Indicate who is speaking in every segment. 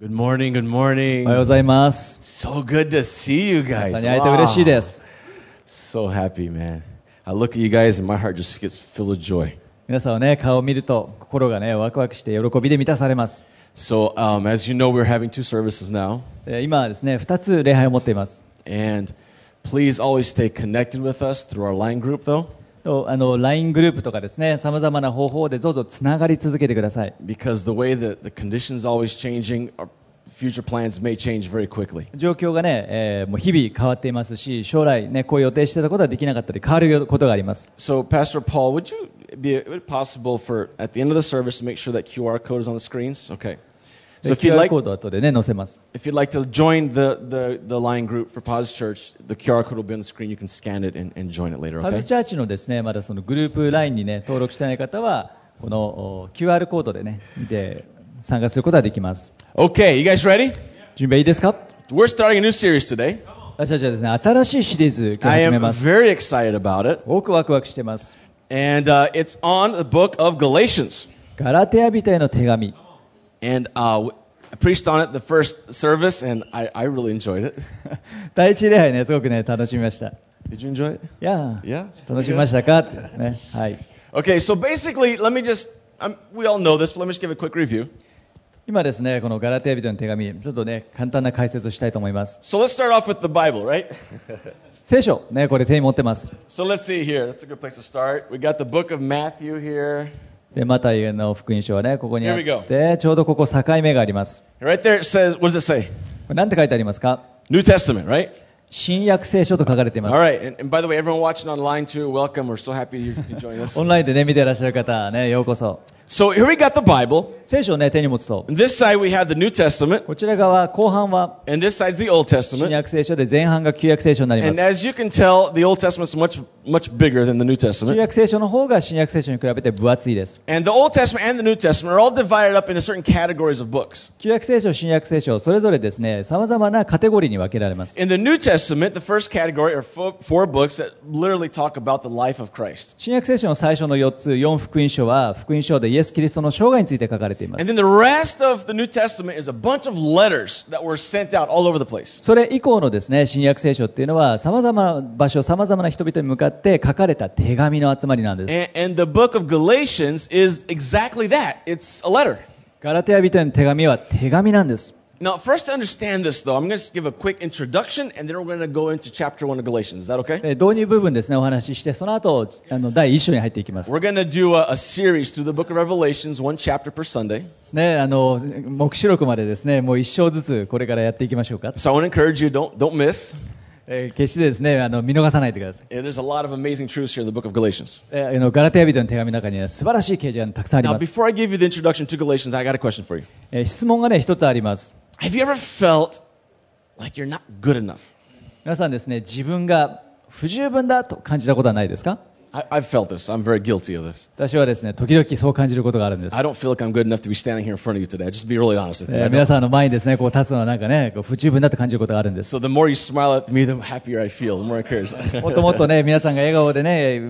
Speaker 1: Good morning, good morning.
Speaker 2: おはようございます。
Speaker 1: So good to see you
Speaker 2: 皆
Speaker 1: guys.
Speaker 2: さんに会えて嬉しい
Speaker 1: Wow.
Speaker 2: です。
Speaker 1: So happy, man. I look at you guys and my heart just gets filled with joy.
Speaker 2: 皆さんをね、顔を見ると心がね、ワクワクして喜びで満たされます。
Speaker 1: So, um, as you know, we're having two services now.
Speaker 2: えー今はですね、2つ礼拝を持っています。
Speaker 1: And please always stay connected with us through our line group, though,
Speaker 2: とあの LINE グループとかですね、さまざまな方法でどうぞつながり続けてください。
Speaker 1: because the way that the conditions always changing, our future plans may change very quickly.
Speaker 2: 状況がね、えーもう日々変わっていますし、将来ね、こう予定してたことはできなかったり、変わることがあります。
Speaker 1: So, Pastor Paul, would you be would it possible for at the end of the service to make sure that QR code is on the screens? Okay.
Speaker 2: で
Speaker 1: So, if you'd
Speaker 2: QR
Speaker 1: like,
Speaker 2: コード後でね、載せます。
Speaker 1: If you'd like to join the, the, the line group for Pause Church, the QR code will be on the screen. You can scan it and, and join it later,
Speaker 2: ハズ
Speaker 1: okay?
Speaker 2: チャーチのですね、まだそのグループ LINE にね、登録してない方は、このお QR コードでね、見て参加することができます。
Speaker 1: Okay, you guys ready?
Speaker 2: 準備はいいですか
Speaker 1: We're starting a new series today.
Speaker 2: 私たちはですね、新しいシリーズを
Speaker 1: I
Speaker 2: 始め
Speaker 1: am
Speaker 2: ます。
Speaker 1: very excited about it.
Speaker 2: 多くワクワクしてます。
Speaker 1: And uh, it's on the book of Galatians.
Speaker 2: ガラテヤ人への手紙。
Speaker 1: And uh, I preached on it the first service, and I, I really enjoyed it.
Speaker 2: 第一礼拝ね、すごくね、楽しみました。い
Speaker 1: Did you enjoy it?
Speaker 2: やー
Speaker 1: Yeah?
Speaker 2: 楽しみましたかってね。はい。
Speaker 1: Okay, so basically, let me just, um, we all know this, but let me just give a quick review.
Speaker 2: 今ですね、このガラテヤ人への手紙、ちょっとね、簡単な解説をしたいと思います。
Speaker 1: So let's start off with the Bible, right?
Speaker 2: 聖書、ね、これ手に持ってます。
Speaker 1: So let's see here. That's a good place to start. We got the book of Matthew here.
Speaker 2: で、マタイの福音書はね、ここにあ
Speaker 1: Here
Speaker 2: っ
Speaker 1: we
Speaker 2: て、ちょうどここ境目があります。
Speaker 1: Right there it says, what does it say?
Speaker 2: これなんて書いてありますか
Speaker 1: New Testament, right?
Speaker 2: 新約聖書と書かれていま
Speaker 1: All
Speaker 2: す。
Speaker 1: right. And, and by the way, everyone watching online too, welcome. We're so happy you can join us.
Speaker 2: オンラインでね、見てらっしゃる方、ね、ようこそ。
Speaker 1: So here we got the Bible.
Speaker 2: 聖書をね、手に持つと、
Speaker 1: And this side we have the New Testament,
Speaker 2: こちら側、後半は、
Speaker 1: and this side's the Old
Speaker 2: 新
Speaker 1: Testament.
Speaker 2: 約聖書で前半が旧約聖書になりま
Speaker 1: And
Speaker 2: す。
Speaker 1: as you can tell, the Old Testament's much much bigger than the New
Speaker 2: 旧
Speaker 1: Testament.
Speaker 2: 約聖書の方が新約聖書に比べて分厚いです。
Speaker 1: And the Old Testament and the New Testament are all divided up into certain categories of books.
Speaker 2: 旧約聖書、新約聖書、それぞれですね、様々なカテゴリーに分けられます。
Speaker 1: In the New Testament, the first category are four, four books that literally talk about the life of Christ.
Speaker 2: 新約聖書の最初の4つ、4福音書は、福音書でイエス・キリストの生涯について書かれていま
Speaker 1: And
Speaker 2: す。
Speaker 1: then the rest of the New Testament is a bunch of letters that were sent out all over the place.
Speaker 2: それ以降のですね、新約聖書っていうのは、様々な場所、様々な人々に向かって書かれた手紙の集まりなんです。
Speaker 1: And, and the book of Galatians is exactly that it's a letter.
Speaker 2: ガラテヤ人への手紙は手紙なんです。
Speaker 1: Now, first to understand this, though, I'm going to give a quick introduction and then we're going to go into chapter 1 of Galatians. Is that okay?
Speaker 2: え導入部分ですね、お話しして、その後、あの第1章に入っていきます。
Speaker 1: We're going to do a, a series through the book of Revelations, one chapter per Sunday.
Speaker 2: ですね、あの、目視録までですね、もう一章ずつこれからやっていきましょうか。
Speaker 1: So I want to encourage you don't, don't miss.
Speaker 2: えー決してですね、あの、見逃さないでください。
Speaker 1: And there's a lot of amazing truths here in the book of Galatians.
Speaker 2: えーあの、ガラテヤ人の手紙の中には素晴らしい掲示がたくさんあり
Speaker 1: Now,
Speaker 2: ます。
Speaker 1: before I give you the introduction to Galatians, I got a question for you.
Speaker 2: えー質問がね、一つあります。
Speaker 1: Have you ever felt like you're not good enough?
Speaker 2: 皆さんですね、自分が不十分だと感じたことはないですか
Speaker 1: I, I've felt this. I'm very guilty of this.
Speaker 2: 私はですね、時々そう感じることがあるんです
Speaker 1: I。don't feel like I'm good enough to be standing here in front of you today. Just to be really honest with you.
Speaker 2: え
Speaker 1: I
Speaker 2: ー
Speaker 1: don't.
Speaker 2: 皆さんの前にですね、こう立つのはなんかね、こう不十分だと感じることがあるんです。
Speaker 1: So the more you smile at me, the happier I feel, the more encouraged.
Speaker 2: もっともっとね、皆さんが笑顔でね、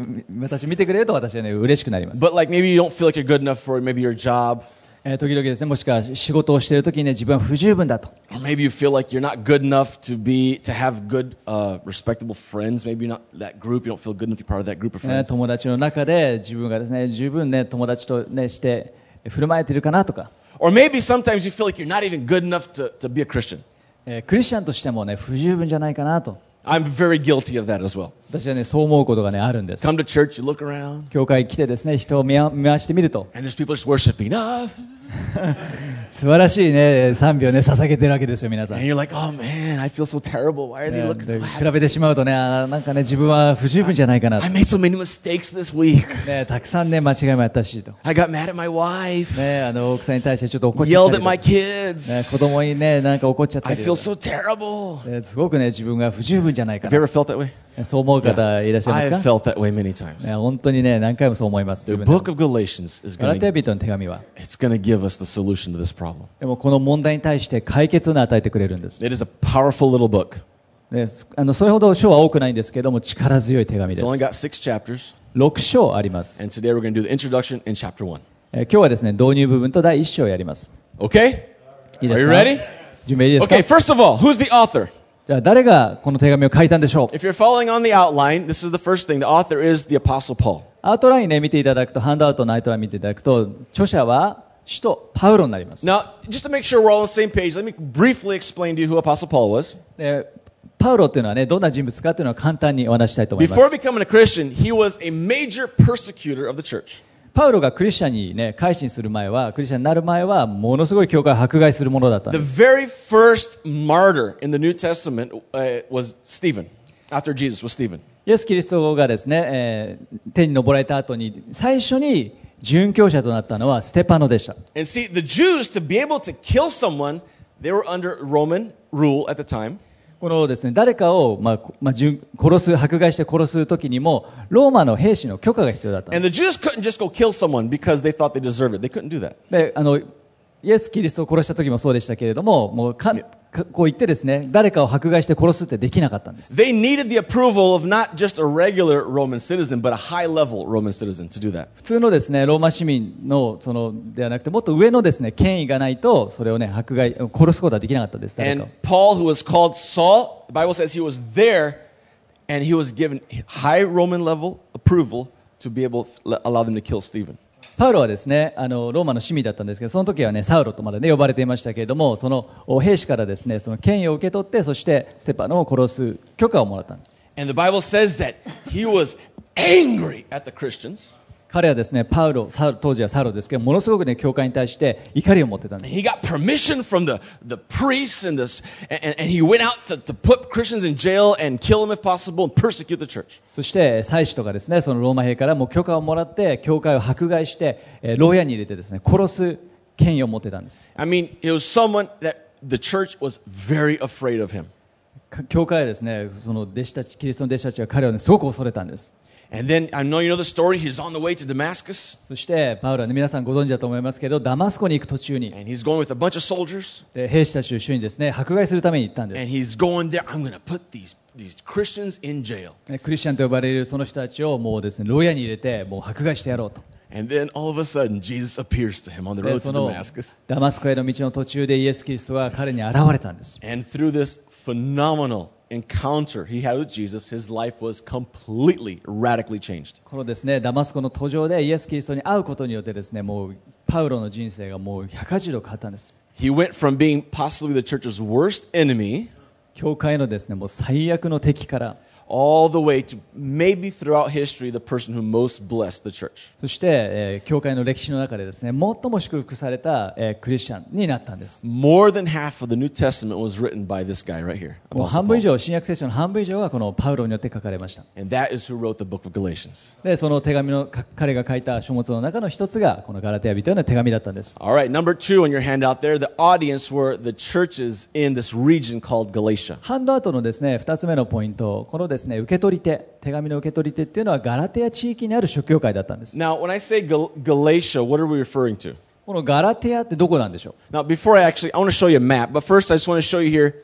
Speaker 2: 私見てくれると私はね、嬉しくなります。
Speaker 1: but like maybe you don't feel like you're good enough for maybe your job,
Speaker 2: えー時々ですね、もしくは仕事をしている時にね、自分は不十分だと。
Speaker 1: or maybe you feel like you're not good enough to be to have good, uh, respectable friends. Maybe you're not that group. You don't feel good enough to be part of that group of
Speaker 2: ね
Speaker 1: friends.
Speaker 2: 友達の中で自分がですね、十分ね、友達とね、して振る舞えているかなとか、
Speaker 1: Or maybe sometimes you feel like you're not even good enough to, to be a Christian.
Speaker 2: えークリスチャンとしてもね、不十分じゃないかなと。
Speaker 1: I'm very guilty of that as well.
Speaker 2: 私はね、そう思うことがね、あるんです。
Speaker 1: Come to church, you look around,
Speaker 2: 教会来てですね、人を見わ見回してみると、
Speaker 1: and there's people just worshiping up,
Speaker 2: 素晴らしいね、賛美をね、捧げてるわけですよ、皆さん。
Speaker 1: and
Speaker 2: ね
Speaker 1: you're like, oh man, I feel so terrible. Why are they looking so
Speaker 2: で
Speaker 1: happy?
Speaker 2: 比べてしまうとね、あーなんかね、自分は不十分じゃないかなと
Speaker 1: I。made so many mistakes this week.
Speaker 2: ね、たくさんね、間違いもやったしと。
Speaker 1: I got mad at my wife,
Speaker 2: ね、あの奥さんに対してちょっと怒っちゃっ
Speaker 1: yelled at
Speaker 2: たりとか
Speaker 1: my
Speaker 2: ね、
Speaker 1: kids.
Speaker 2: 子供にね、なんか怒っちゃった
Speaker 1: I
Speaker 2: りと
Speaker 1: feel
Speaker 2: か
Speaker 1: so terrible.
Speaker 2: ねすごくね、自分が不十分じゃないか
Speaker 1: Have you ever felt that way?
Speaker 2: な。そう思う
Speaker 1: uh,
Speaker 2: 方いらっしゃ
Speaker 1: I
Speaker 2: いま
Speaker 1: have
Speaker 2: すか、
Speaker 1: felt that way many times.
Speaker 2: ね、本当にね、何回もそう思います。
Speaker 1: The
Speaker 2: 自分
Speaker 1: book
Speaker 2: で
Speaker 1: of Galatians is
Speaker 2: ガラ
Speaker 1: going
Speaker 2: テヤ
Speaker 1: to
Speaker 2: 人の手紙は。
Speaker 1: it's going to give us the solution to this problem.
Speaker 2: でもこの問題に対して解決をね与えてくれるんです。
Speaker 1: It is a powerful little book.
Speaker 2: ね、すあのそれほど章は多くないんですけども、力強い手紙で
Speaker 1: It's
Speaker 2: す。
Speaker 1: only got 6 chapters.
Speaker 2: 6章あります。
Speaker 1: And today we're going to do the introduction in chapter 1.
Speaker 2: えー今日はですね、導入部分と第1章をやります。
Speaker 1: Okay?
Speaker 2: いい
Speaker 1: Are
Speaker 2: です
Speaker 1: you
Speaker 2: か
Speaker 1: ready?
Speaker 2: 準備はいいですか、
Speaker 1: Okay, first of all, who's the author?
Speaker 2: じゃあ誰がこの手紙を書いたんでしょう
Speaker 1: If you're following on the outline, this is the first thing. The author is the Apostle Paul.
Speaker 2: アウトラインね、見ていただくと、ハンドアウトのアウトライン見ていただくと、著者は首都パウロになります。
Speaker 1: Now, just to make sure we're all on the same page, let me briefly explain to you who Apostle Paul was.
Speaker 2: でパウロっていうのはね、どんな人物かっていうのは簡単にお話ししたいと思いま
Speaker 1: Before
Speaker 2: す。
Speaker 1: becoming a Christian, he was a major persecutor of the church.
Speaker 2: パウロがクリスチャンにね、改心する前は、クリスチャンになる前は、ものすごい教会を迫害するものだったん
Speaker 1: The
Speaker 2: です。
Speaker 1: very first martyr in the New Testament uh, was Stephen, after Jesus was Stephen.
Speaker 2: イエス・キリストがですね、えー天に昇られた後に、最初に殉教者となったのはステパノでした。
Speaker 1: And see, the Jews, to be able to kill someone, they were under Roman rule at the time.
Speaker 2: このですね、誰かを、まあこまあ、殉殺す、迫害して殺す時にも、ローマの兵士の許可が必要だったんです
Speaker 1: And the Jews couldn't just go kill someone because they thought they deserved it. They couldn't do that.
Speaker 2: であのイエス・キリストを殺した時もそうでしたけれどももうかかこう言ってですね誰かを迫害して殺すってできなかったんです
Speaker 1: They needed the approval of not just a regular Roman citizen, but a high level Roman citizen to do that.
Speaker 2: 普通のですねローマ市民のそのではなくてもっと上のですね権威がないとそれをね迫害殺すことはできなかったです誰かを
Speaker 1: And Paul, who was called Saul, the Bible says he was there and he was given high Roman level approval to be able to allow them to kill Stephen.
Speaker 2: パウロはですねあのローマの市民だったんですけどその時はねサウロとまでね呼ばれていましたけれどもそのお兵士からですねその権威を受け取ってそしてステパノを殺す許可をもらったんです
Speaker 1: And the Bible says that he was angry at the Christians.
Speaker 2: 彼はですねパウロサウロ当時はサウロですけどものすごくね教会に対して怒りを持ってたんです
Speaker 1: He got permission from the, the priests and, this, and, and he went out to, to put Christians in jail and kill them if possible and persecute the church.
Speaker 2: そして祭司とかですねそのローマ兵からもう許可をもらって教会を迫害して、えー牢屋に入れてですね殺す権威を持ってたんです
Speaker 1: I mean, it was someone that the church was very afraid of him.
Speaker 2: か教会はですねその弟子たちキリストの弟子たちは彼を、ね、すごく恐れたんです
Speaker 1: And then I know you know the story. He's on the way to Damascus
Speaker 2: そしてパウロは、ね、皆さんご存知だと思いますけどダマスコに行く途中に
Speaker 1: and he's going with a bunch of soldiers
Speaker 2: で兵士たちを一緒にですね迫害するために行ったんで
Speaker 1: and
Speaker 2: す
Speaker 1: he's going there. I'm going to put these, these Christians in jail.
Speaker 2: でクリスチャンと呼ばれるその人たちをもうですね牢屋に入れてもう迫害してやろうと
Speaker 1: And then all of a sudden, Jesus appears to him on the
Speaker 2: で
Speaker 1: road to
Speaker 2: その
Speaker 1: Damascus.
Speaker 2: ダマスコへの道の途中でイエス・キリストが彼に現れたんです
Speaker 1: And through this phenomenal encounter he had with Jesus, his life was completely, radically changed.
Speaker 2: このですねダマスコの途上でイエス・キリストに会うことによってですねもうパウロの人生がもう180度変わったんです
Speaker 1: He went from being possibly the church's worst enemy
Speaker 2: 教会のですねもう最悪の敵から
Speaker 1: all the way to maybe throughout history the person who most blessed the church.
Speaker 2: そして、えー教会の歴史の中でですね最も祝福された、えークリスチャンになったんです
Speaker 1: More than half of the New Testament was written by this guy right here.
Speaker 2: も
Speaker 1: Apostle
Speaker 2: う半分以
Speaker 1: Paul.
Speaker 2: 上新約聖書の半分以上がこのパウロによって書かれました
Speaker 1: And that is who wrote the book of Galatians.
Speaker 2: でその手紙のか彼が書いた書物の中の一つがこのガラテヤ人への手紙だったんです
Speaker 1: All right, number two on your handout there, the audience were the churches in this region called Galatia.
Speaker 2: ハンドアウトのですね2つ目のポイントこのですね受け取り手手紙の受け取り手っていうのはガラテヤ地域にある諸教会だったんです
Speaker 1: Now, when I say Gal- Galatia, what are we referring to?
Speaker 2: このガラテヤってどこなんでしょう
Speaker 1: Now, before I actually, I want to show you a map, but first I just want to show you here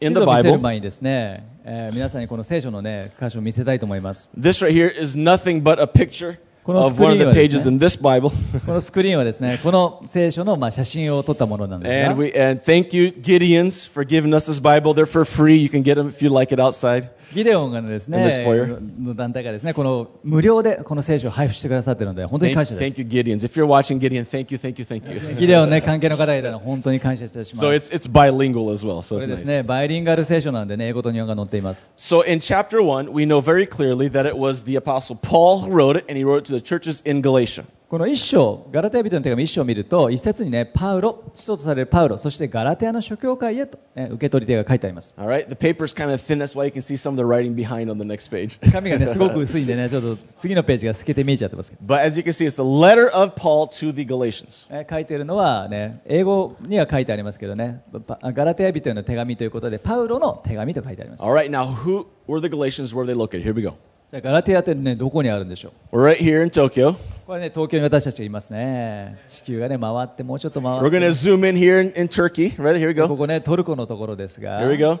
Speaker 2: 地
Speaker 1: in the
Speaker 2: 図を見せる
Speaker 1: Bible.
Speaker 2: 前にですね、えー皆さんにこの聖書のね箇所を見せたいと思います。
Speaker 1: This right here is nothing but a picture
Speaker 2: この
Speaker 1: of one of the
Speaker 2: スクリーンはですね。
Speaker 1: pages in this Bible.
Speaker 2: このスクリーンはですね、この聖書のまあ写真を撮ったものなんです
Speaker 1: And
Speaker 2: が、
Speaker 1: we and thank you, Gideon's, for giving us this Bible. They're for free. You can get them if you like it outside.
Speaker 2: ギデオンがですね
Speaker 1: And this、foyer.
Speaker 2: の団体がですね、この無料でこの聖書を配布してくださっているので、本当に
Speaker 1: Thank,
Speaker 2: 感謝で
Speaker 1: thank
Speaker 2: す。
Speaker 1: you, Gideon's. If you're watching, Gideon, thank you, thank you, thank you.
Speaker 2: ギデオンね、関係の方がいたら本当に感謝いたし ます。
Speaker 1: So
Speaker 2: こ
Speaker 1: it's it's bilingual as well. So
Speaker 2: れ
Speaker 1: it's
Speaker 2: です
Speaker 1: nice.
Speaker 2: ね、バイリンガル聖書なんでね、英語と日本語が載っています。
Speaker 1: So in chapter one, we know very clearly that it was the apostle Paul who wrote it, and he wrote it to the churches in Galatia.
Speaker 2: この一章、ガラテヤ人の手紙一章を見ると、一節にね、パウロ、使徒とされるパウロ、そしてガラテヤの諸教会へと、ね、受け取り手が書いてあります。
Speaker 1: All right, the paper's kind of thin. That's why you can see some of the writing behind on the next page.
Speaker 2: 紙がね、すごく薄いんでね、 ちょっと次のページが透けて見えちゃってますけど、
Speaker 1: But as you can see, it's the letter of Paul to the Galatians.
Speaker 2: えー書いてるのはね、英語には書いてありますけどね、パガラテヤ人への手紙ということで、パウロの手紙と書いてあります。
Speaker 1: All right, now who were the Galatians? Where were they located? Here we go.
Speaker 2: じゃあガラテヤってね、どこにあるんでしょう
Speaker 1: We're right here in Tokyo.
Speaker 2: これね、東京に私たちがいますね。地球がね、回って、もうちょっと
Speaker 1: We're
Speaker 2: 回って、
Speaker 1: gonna zoom in here in, in Turkey. Right here we
Speaker 2: こ
Speaker 1: go.
Speaker 2: こね、トルコのところですが
Speaker 1: Here we、go.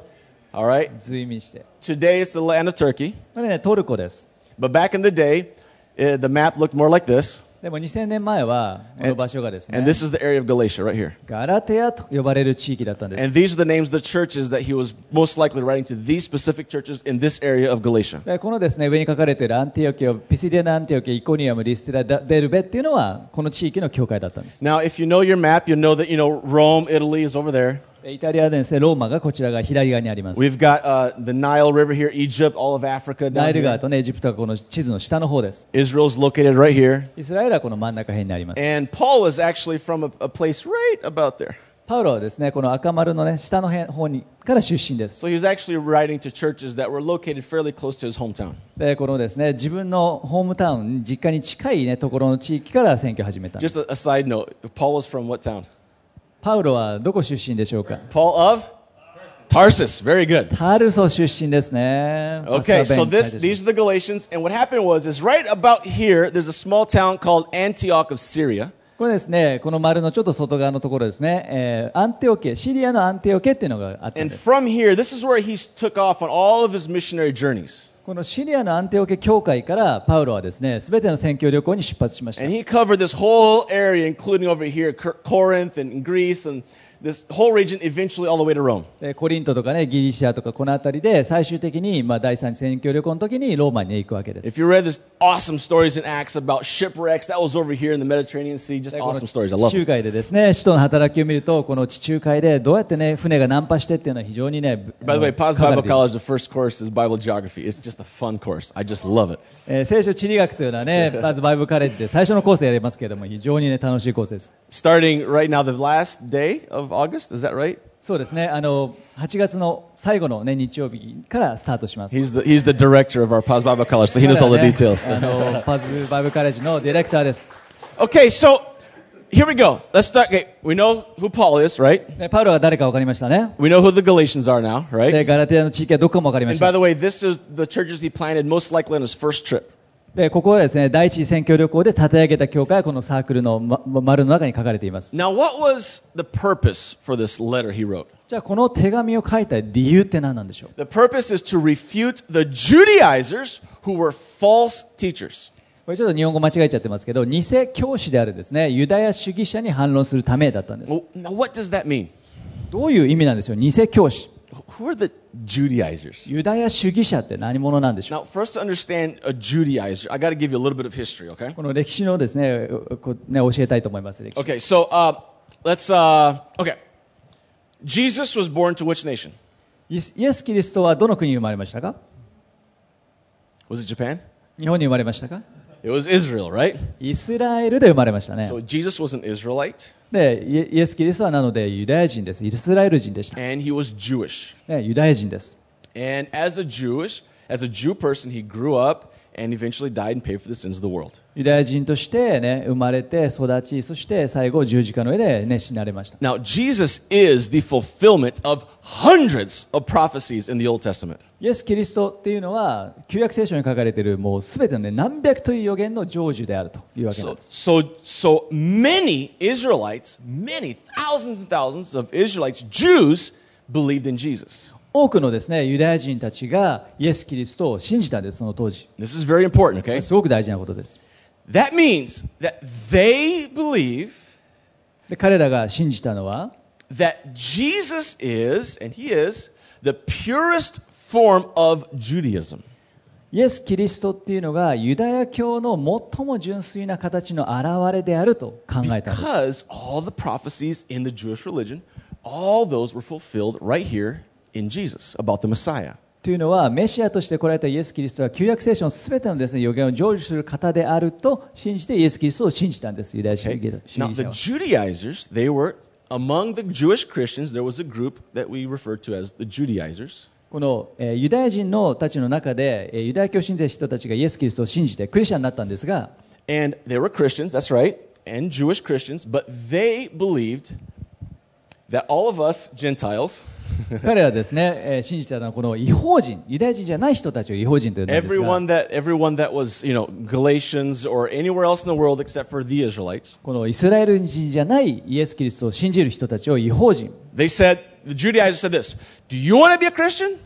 Speaker 1: All right.
Speaker 2: 随味して。
Speaker 1: Today it's the land of Turkey,
Speaker 2: これね、トルコです。
Speaker 1: but back in the day, eh, the map looked more like this.
Speaker 2: ででも2000年前はこの場所がです
Speaker 1: And
Speaker 2: ね
Speaker 1: this is the area of Galatia right here.
Speaker 2: ガラテアと呼ばれる地域だったんです
Speaker 1: And these are the names of the churches that he was most likely writing to these specific churches in this area of Galatia.
Speaker 2: でこのですね上に書かれているアンティオキオピシディアのアンティオキオイコニアムリステラダデルベっていうのはこの地域の教会だったんです
Speaker 1: Now, if you know your map, you know that you know Rome, Italy is over there.
Speaker 2: でイタリアでですねローマがこちらが左側にあります
Speaker 1: We've got uh, the Nile River here, Egypt, all of Africa
Speaker 2: ナイ
Speaker 1: down
Speaker 2: ル
Speaker 1: here.
Speaker 2: 川とねエジプトがこの地図の下の方です
Speaker 1: Israel's located right here.
Speaker 2: イスラエルはこの真ん中辺にあります
Speaker 1: And Paul was actually from a, a place right about there.
Speaker 2: パウロはですねこの赤丸のね下の辺方にから出身です
Speaker 1: So he was actually writing to churches that were located fairly close to his hometown.
Speaker 2: でこのですね自分のホームタウン実家に近いねところの地域から選挙を始めたんです
Speaker 1: Just a, a side note Paul was from what town?
Speaker 2: パウロはどこ出身でしょうか
Speaker 1: Paul of Tarsus. Very good.
Speaker 2: タルソ出身ですね
Speaker 1: Okay,
Speaker 2: パスタ
Speaker 1: so
Speaker 2: 弁に書
Speaker 1: this
Speaker 2: いてありま
Speaker 1: these
Speaker 2: す
Speaker 1: are the Galatians, and what happened was is right about here. There's a small town called Antioch of Syria,
Speaker 2: これですねこの丸のちょっと外側のところですね、えーアンテオケシリアのアンテオケっていうのがあったん
Speaker 1: and
Speaker 2: です
Speaker 1: from here, this is where he took off on all of his missionary journeys,
Speaker 2: このシリアのアンテオケ教会からパウロはですね全ての宣教旅行に出発しました
Speaker 1: and he covered this whole area, including over here Cor- Corinth and Greece, and this whole region, eventually all the way to Rome.
Speaker 2: でコリントとかねギリシアとかこの辺りで最終的に、まあ、第三次宣教旅行の時にローマに行くわけです
Speaker 1: If you read this awesome stories in Acts about shipwrecks, that was over here in the Mediterranean Sea, just
Speaker 2: でこの
Speaker 1: awesome stories. I love
Speaker 2: 地
Speaker 1: it.
Speaker 2: 中海でですね、使徒の働きを見ると、この地中海でどうやってね、船が難破してっていうのは非常にね、
Speaker 1: By the way,
Speaker 2: あの
Speaker 1: Paz
Speaker 2: 書かれ
Speaker 1: Bible
Speaker 2: ている
Speaker 1: College, the first course is Bible geography. It's just a fun course. I just love it.
Speaker 2: えー聖書地理学というのは ね、まずバイブルカレッジで最初のコースでやりますけれども、非常にね、楽しいコースです。
Speaker 1: starting right now, the last day of August. Is that right?
Speaker 2: そうですね、あの、8月の最後のね、日曜日からスタートします。
Speaker 1: He's the, he's the director of our Paz Bible College, so he knows all the
Speaker 2: 彼はね
Speaker 1: details.
Speaker 2: あの、パズバイブルカレッジのディレクターです。
Speaker 1: Okay, so here we go. Let's start. Okay, we know who Paul is, right?
Speaker 2: ねパウロは誰か分かりましたね。
Speaker 1: We know who the Galatians are now, right?
Speaker 2: で、ガラテアの地域はどこかも分かりま
Speaker 1: And
Speaker 2: し
Speaker 1: by
Speaker 2: た。
Speaker 1: the way, this is the churches he planted most likely on his first trip.
Speaker 2: で、ここはですね、第一次選挙旅行で立て上げた教会はこのサークルの、ま、丸の中に書かれています。
Speaker 1: Now, what was the purpose for this letter he wrote?
Speaker 2: じゃあこの手紙を書いた理由って何なんでしょう
Speaker 1: The purpose is to refute the Judaizers who were false teachers.
Speaker 2: これちょっと日本語間違えちゃってますけど偽教師であるですねユダヤ主義者に反論するためだったんです
Speaker 1: Well, Now, what does that mean?
Speaker 2: どういう意味なんでしょう偽教師
Speaker 1: Who are the Judaizers?
Speaker 2: ユダヤ主義者って何者なんでしょう
Speaker 1: Now, for us to understand a Judaizer, I got to give you a little bit of history, okay?
Speaker 2: この歴史のですねこうね教えたいと思います歴史
Speaker 1: Okay, so uh, let's. Uh, okay. Jesus was born to which nation?
Speaker 2: イエスイエス・キリストはどの国に生まれましたか
Speaker 1: Was it Japan?
Speaker 2: 日本に生まれましたか
Speaker 1: It was Israel, right?
Speaker 2: イスラエルで生まれましたね
Speaker 1: So Jesus was an Israelite
Speaker 2: でイエイエス・キリストはなのでユダヤ人ですイスラエル人でした、
Speaker 1: and he was Jewish.
Speaker 2: ね、ユダヤ人です
Speaker 1: And as a Jewish, as a Jew person, he grew up and eventually died and paid for the sins of the world.
Speaker 2: ユダヤ人としてね生まれて育ちそして最後十字架の上でね死なれました
Speaker 1: Now, Jesus is the fulfillment of hundreds of prophecies in the Old Testament.
Speaker 2: イエス・キリストっていうのは旧約聖書に書かれているもうすべての、ね、何百という予言の成就であるというわけな
Speaker 1: So,
Speaker 2: んです
Speaker 1: so, so many Israelites, many thousands and thousands of Israelites, Jews, believed in Jesus.
Speaker 2: 多くのですねユダヤ人たちがイエス・キリストを信じたんですその当時
Speaker 1: This is very important, okay?
Speaker 2: すごく大事なことです
Speaker 1: That means that they believe
Speaker 2: で彼らが信じたのは
Speaker 1: that Jesus is, and he is, the purest form of Judaism.
Speaker 2: イエス・キリストっていうのがユダヤ教の最も純粋な形の現れであると考えたんで
Speaker 1: Because
Speaker 2: す
Speaker 1: all the prophecies in the Jewish religion, all those were fulfilled right here in Jesus about the Messiah.
Speaker 2: というのはメシアとして来られたイエス・キリストは旧約聖書のすべてのです、ね、予言を成就する方であると信じてイエス・キリストを信じたんですユダヤ主
Speaker 1: Okay?
Speaker 2: 義主
Speaker 1: Now,
Speaker 2: 義
Speaker 1: the
Speaker 2: 者は
Speaker 1: Judaizers, they were among the Jewish Christians, there was a group that we refer to as the Judaizers.
Speaker 2: この、えーユダヤ人のたちの中で、えーユダヤ教を信じた人たちがイエス・キリストを信じてクリスチャンになったんですが
Speaker 1: And they were Christians, that's right, and Jewish Christians, but they believed that all of us Gentiles,
Speaker 2: 彼らはですね、えー信じてたのはこの違法人ユダヤ人じゃない人たちを違法人と呼んだんですが
Speaker 1: everyone that everyone that was, you know, Galatians or anywhere else in the world except for the Israelites,
Speaker 2: このイスラエル人じゃないイエス・キリストを信じる人たちを違法人
Speaker 1: they said the Judaizers said this, "Do you want to be a Christian?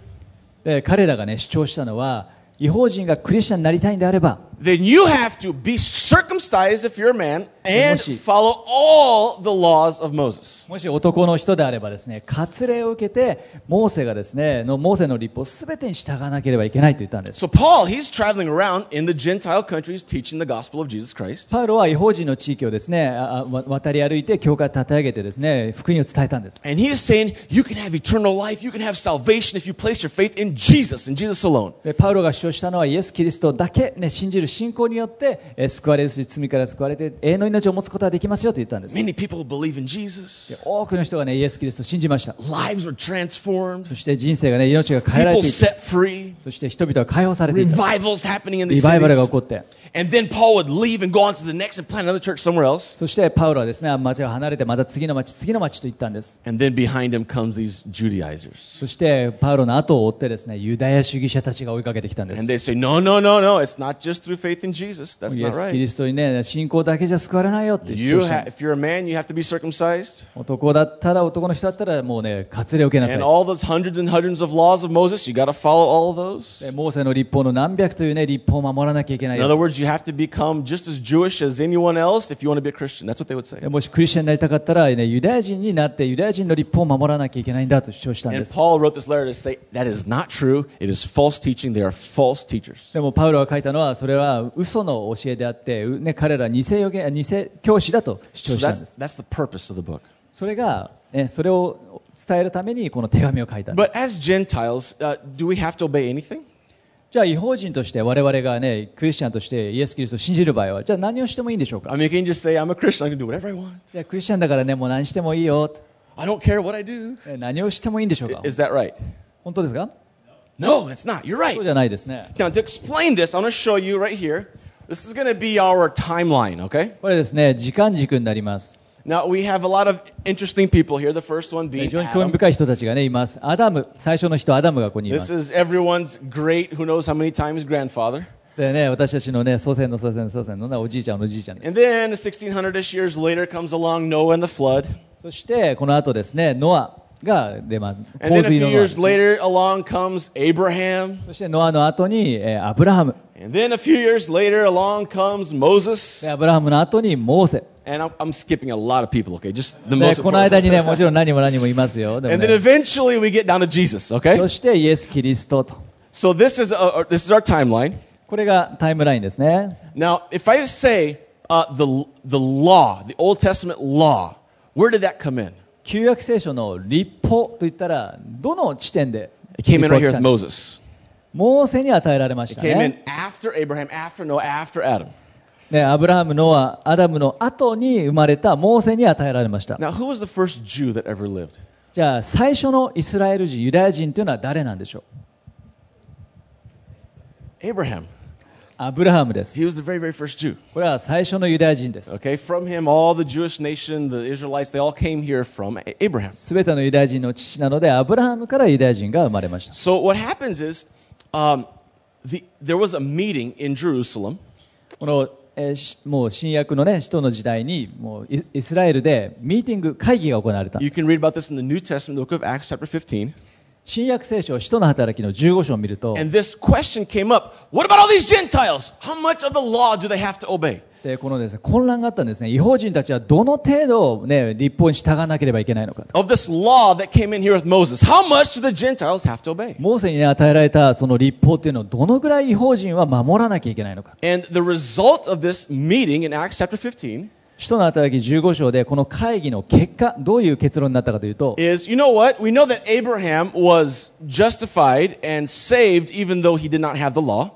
Speaker 2: で彼らが、ね、主張したのは違法人がクリスチャンになりたいんであれば
Speaker 1: then you have to be circumcised if you're a man and
Speaker 2: もし-
Speaker 1: follow all the laws of Moses.
Speaker 2: もし男の人であればですね、割礼を受けて、モーセがですね、のモーセの立法すべてに従わなければいけないと言ったんです。
Speaker 1: So Paul, he's traveling around in the Gentile countries teaching the gospel of Jesus Christ.
Speaker 2: パウロは違法人の地域をですね、ああわ渡り歩いて教会を立て上げてですね、福音を伝えたんです。
Speaker 1: And he is saying, you can have eternal life, you can have salvation if you place your faith in Jesus, in Jesus alone.
Speaker 2: でパウロが主張したのはイエス・キリストだけ、ね、信じる信仰によって、えー救われるし罪から救われて永遠の命を持つことができますよと言ったんです。で
Speaker 1: Many people believe in Jesus.
Speaker 2: 多くの人が、ね、イエス・キリストを信じました。
Speaker 1: Lives were
Speaker 2: そ
Speaker 1: transformed.
Speaker 2: して人生が、ね、命が変えられ
Speaker 1: People
Speaker 2: ていった。
Speaker 1: set free.
Speaker 2: そして人々は解放されていった。
Speaker 1: Revivals happening in
Speaker 2: リ
Speaker 1: these
Speaker 2: バイバルが
Speaker 1: cities.
Speaker 2: 起こって。
Speaker 1: And then Paul would leave and go on to the next and plant another church somewhere else.
Speaker 2: そしてパウロはですね、町を離れてまた次の町、次の町と言ったんです。
Speaker 1: And then behind him comes these Judaizers.
Speaker 2: そしてパウロの後を追ってですね、ユダヤ主義者たちが追いかけてきたんで
Speaker 1: And
Speaker 2: す。
Speaker 1: they say, no, no, no, no. It's not just through faith in Jesus. That's
Speaker 2: イエ
Speaker 1: not
Speaker 2: ス・キリ
Speaker 1: right.
Speaker 2: ストにね、信仰だけじゃ救われないよって主
Speaker 1: You
Speaker 2: 張した
Speaker 1: ha-
Speaker 2: んです。
Speaker 1: if you're a man, you have to be circumcised.
Speaker 2: 男だったら、男の人だったらもうね、割礼を受けなさい
Speaker 1: And。all those hundreds and hundreds of laws of Moses, you got to follow all of those.
Speaker 2: でモーセの立法の何百というね、立法を守らなきゃいけない
Speaker 1: In。other words, you have to become just as Jewish as anyone else if you want to be a Christian. That's what they would say.
Speaker 2: でもしクリスチャンになりたかったら、ね、ユダヤ人になってユダヤ人の立法を守らなきゃいけないんだと主張したんで
Speaker 1: And
Speaker 2: す。
Speaker 1: Paul wrote this letter to say that is not true. It is false teaching. They are false teachers.
Speaker 2: でもパウロが書いたのは、それは嘘の教えであって、うね、彼ら偽予言、偽教師だと主
Speaker 1: So
Speaker 2: 張したんで
Speaker 1: that's,
Speaker 2: す。
Speaker 1: that's the purpose of the book.
Speaker 2: それが、ね、それを伝えるためにこの手紙を書いたんで
Speaker 1: But
Speaker 2: す。
Speaker 1: as Gentiles, uh, do we have to obey anything?
Speaker 2: じゃあ、違法人として我々がね、クリスチャンとしてイエス・キリストを信じる場合は、じゃあ何をしてもいいんでしょう
Speaker 1: I
Speaker 2: か
Speaker 1: mean, can you just say, I'm a Christian. I can do whatever I want.
Speaker 2: じゃあ、クリスチャンだからね、もう何してもいいよ。
Speaker 1: I don't care what I do.
Speaker 2: ね何をしてもいいんでしょう
Speaker 1: I-
Speaker 2: か
Speaker 1: Is that right?
Speaker 2: 本当ですか
Speaker 1: No, it's not. You're
Speaker 2: そう
Speaker 1: right.
Speaker 2: じゃないですね。
Speaker 1: Now, to explain this, I'm going to show you right here. This is going to be our timeline, okay?
Speaker 2: これですね、時間軸になります。
Speaker 1: Now, we have a lot of interesting people here. The first one
Speaker 2: 非
Speaker 1: being
Speaker 2: 常に興味
Speaker 1: Adam.
Speaker 2: 深い人たちがね、います。アダム、最初の人、アダムがここにいま
Speaker 1: This
Speaker 2: す。
Speaker 1: is everyone's great, who knows how many times grandfather.
Speaker 2: でね、私たちのね、祖先の祖先の祖先のね、おじいちゃんのおじいちゃんです。
Speaker 1: And then 1600 ish years later comes along Noah and the flood.
Speaker 2: そして、この後ですね、ノアが出ます。
Speaker 1: And then a
Speaker 2: 水
Speaker 1: few
Speaker 2: のノアで
Speaker 1: years
Speaker 2: すね、
Speaker 1: later along comes Abraham.
Speaker 2: そして、ノアの後に、えーアブラハム。
Speaker 1: And then a few years later along comes Moses.
Speaker 2: で、アブラハムの後にモーセ。
Speaker 1: And I'm, I'm skipping a lot of people, okay? Just the
Speaker 2: で、
Speaker 1: most
Speaker 2: この間
Speaker 1: important.
Speaker 2: にね、もちろん何も何もいますよ。でも
Speaker 1: And then
Speaker 2: ね、
Speaker 1: eventually we get down to Jesus,
Speaker 2: そ
Speaker 1: okay?
Speaker 2: して、イエス・キリストと。
Speaker 1: So this is, uh, this is our timeline.
Speaker 2: これがタイムラインですね。
Speaker 1: Now, if I just say uh, the, the law, the Old Testament law, where did that come in?
Speaker 2: 旧約聖書の立法といったら、どの地点で
Speaker 1: It came in right here with
Speaker 2: 立法が来た
Speaker 1: Moses.
Speaker 2: モーセに与えられまし
Speaker 1: It
Speaker 2: た
Speaker 1: came
Speaker 2: ね
Speaker 1: in。after Abraham, after Noah, after Adam.
Speaker 2: ね、アブラハム、ノア、アダムの後に生まれたモーセに与えられました。
Speaker 1: Now, who was the first Jew that ever lived?
Speaker 2: じゃあ、最初のイスラエル人、ユダヤ人というのは誰なんでしょう
Speaker 1: Abraham.
Speaker 2: アブラハムです。
Speaker 1: He was the very, very first Jew.
Speaker 2: これは最初のユダヤ人です。
Speaker 1: Okay, from him, all the Jewish nation, the Israelites, they all came here from A- Abraham.
Speaker 2: すべてのユダヤ人の父なので、アブラハムからユダヤ人が生まれました。
Speaker 1: So what happens is um, the, there was a meeting in Jerusalem,
Speaker 2: この、えーしもう新約のね、使徒の時代に、もうイイスラエルでミーティング、会議が行われた。
Speaker 1: You can read about this in the New Testament, the book of Acts, chapter 15.
Speaker 2: 新約聖書、使徒の働きの15章を見ると、
Speaker 1: And this question came up What about all these Gentiles? How much of the law do they have to obey?
Speaker 2: でこのです、ね、混乱があったんですね。違法人たちはどの程度、ね、立法に従わなければいけないのかと。
Speaker 1: Of this law that came in here with Moses, how much do the Gentiles have to obey?
Speaker 2: モーセにね与えられたその立法っていうのをどのぐらい違法人は守らなきゃいけないのか。
Speaker 1: And the result of this meeting in Acts chapter 15
Speaker 2: 使徒の働き15章でこの会議の結果、どういう結論になったかというと、
Speaker 1: is you know what? We know that Abraham was justified and saved even though he did not have the law.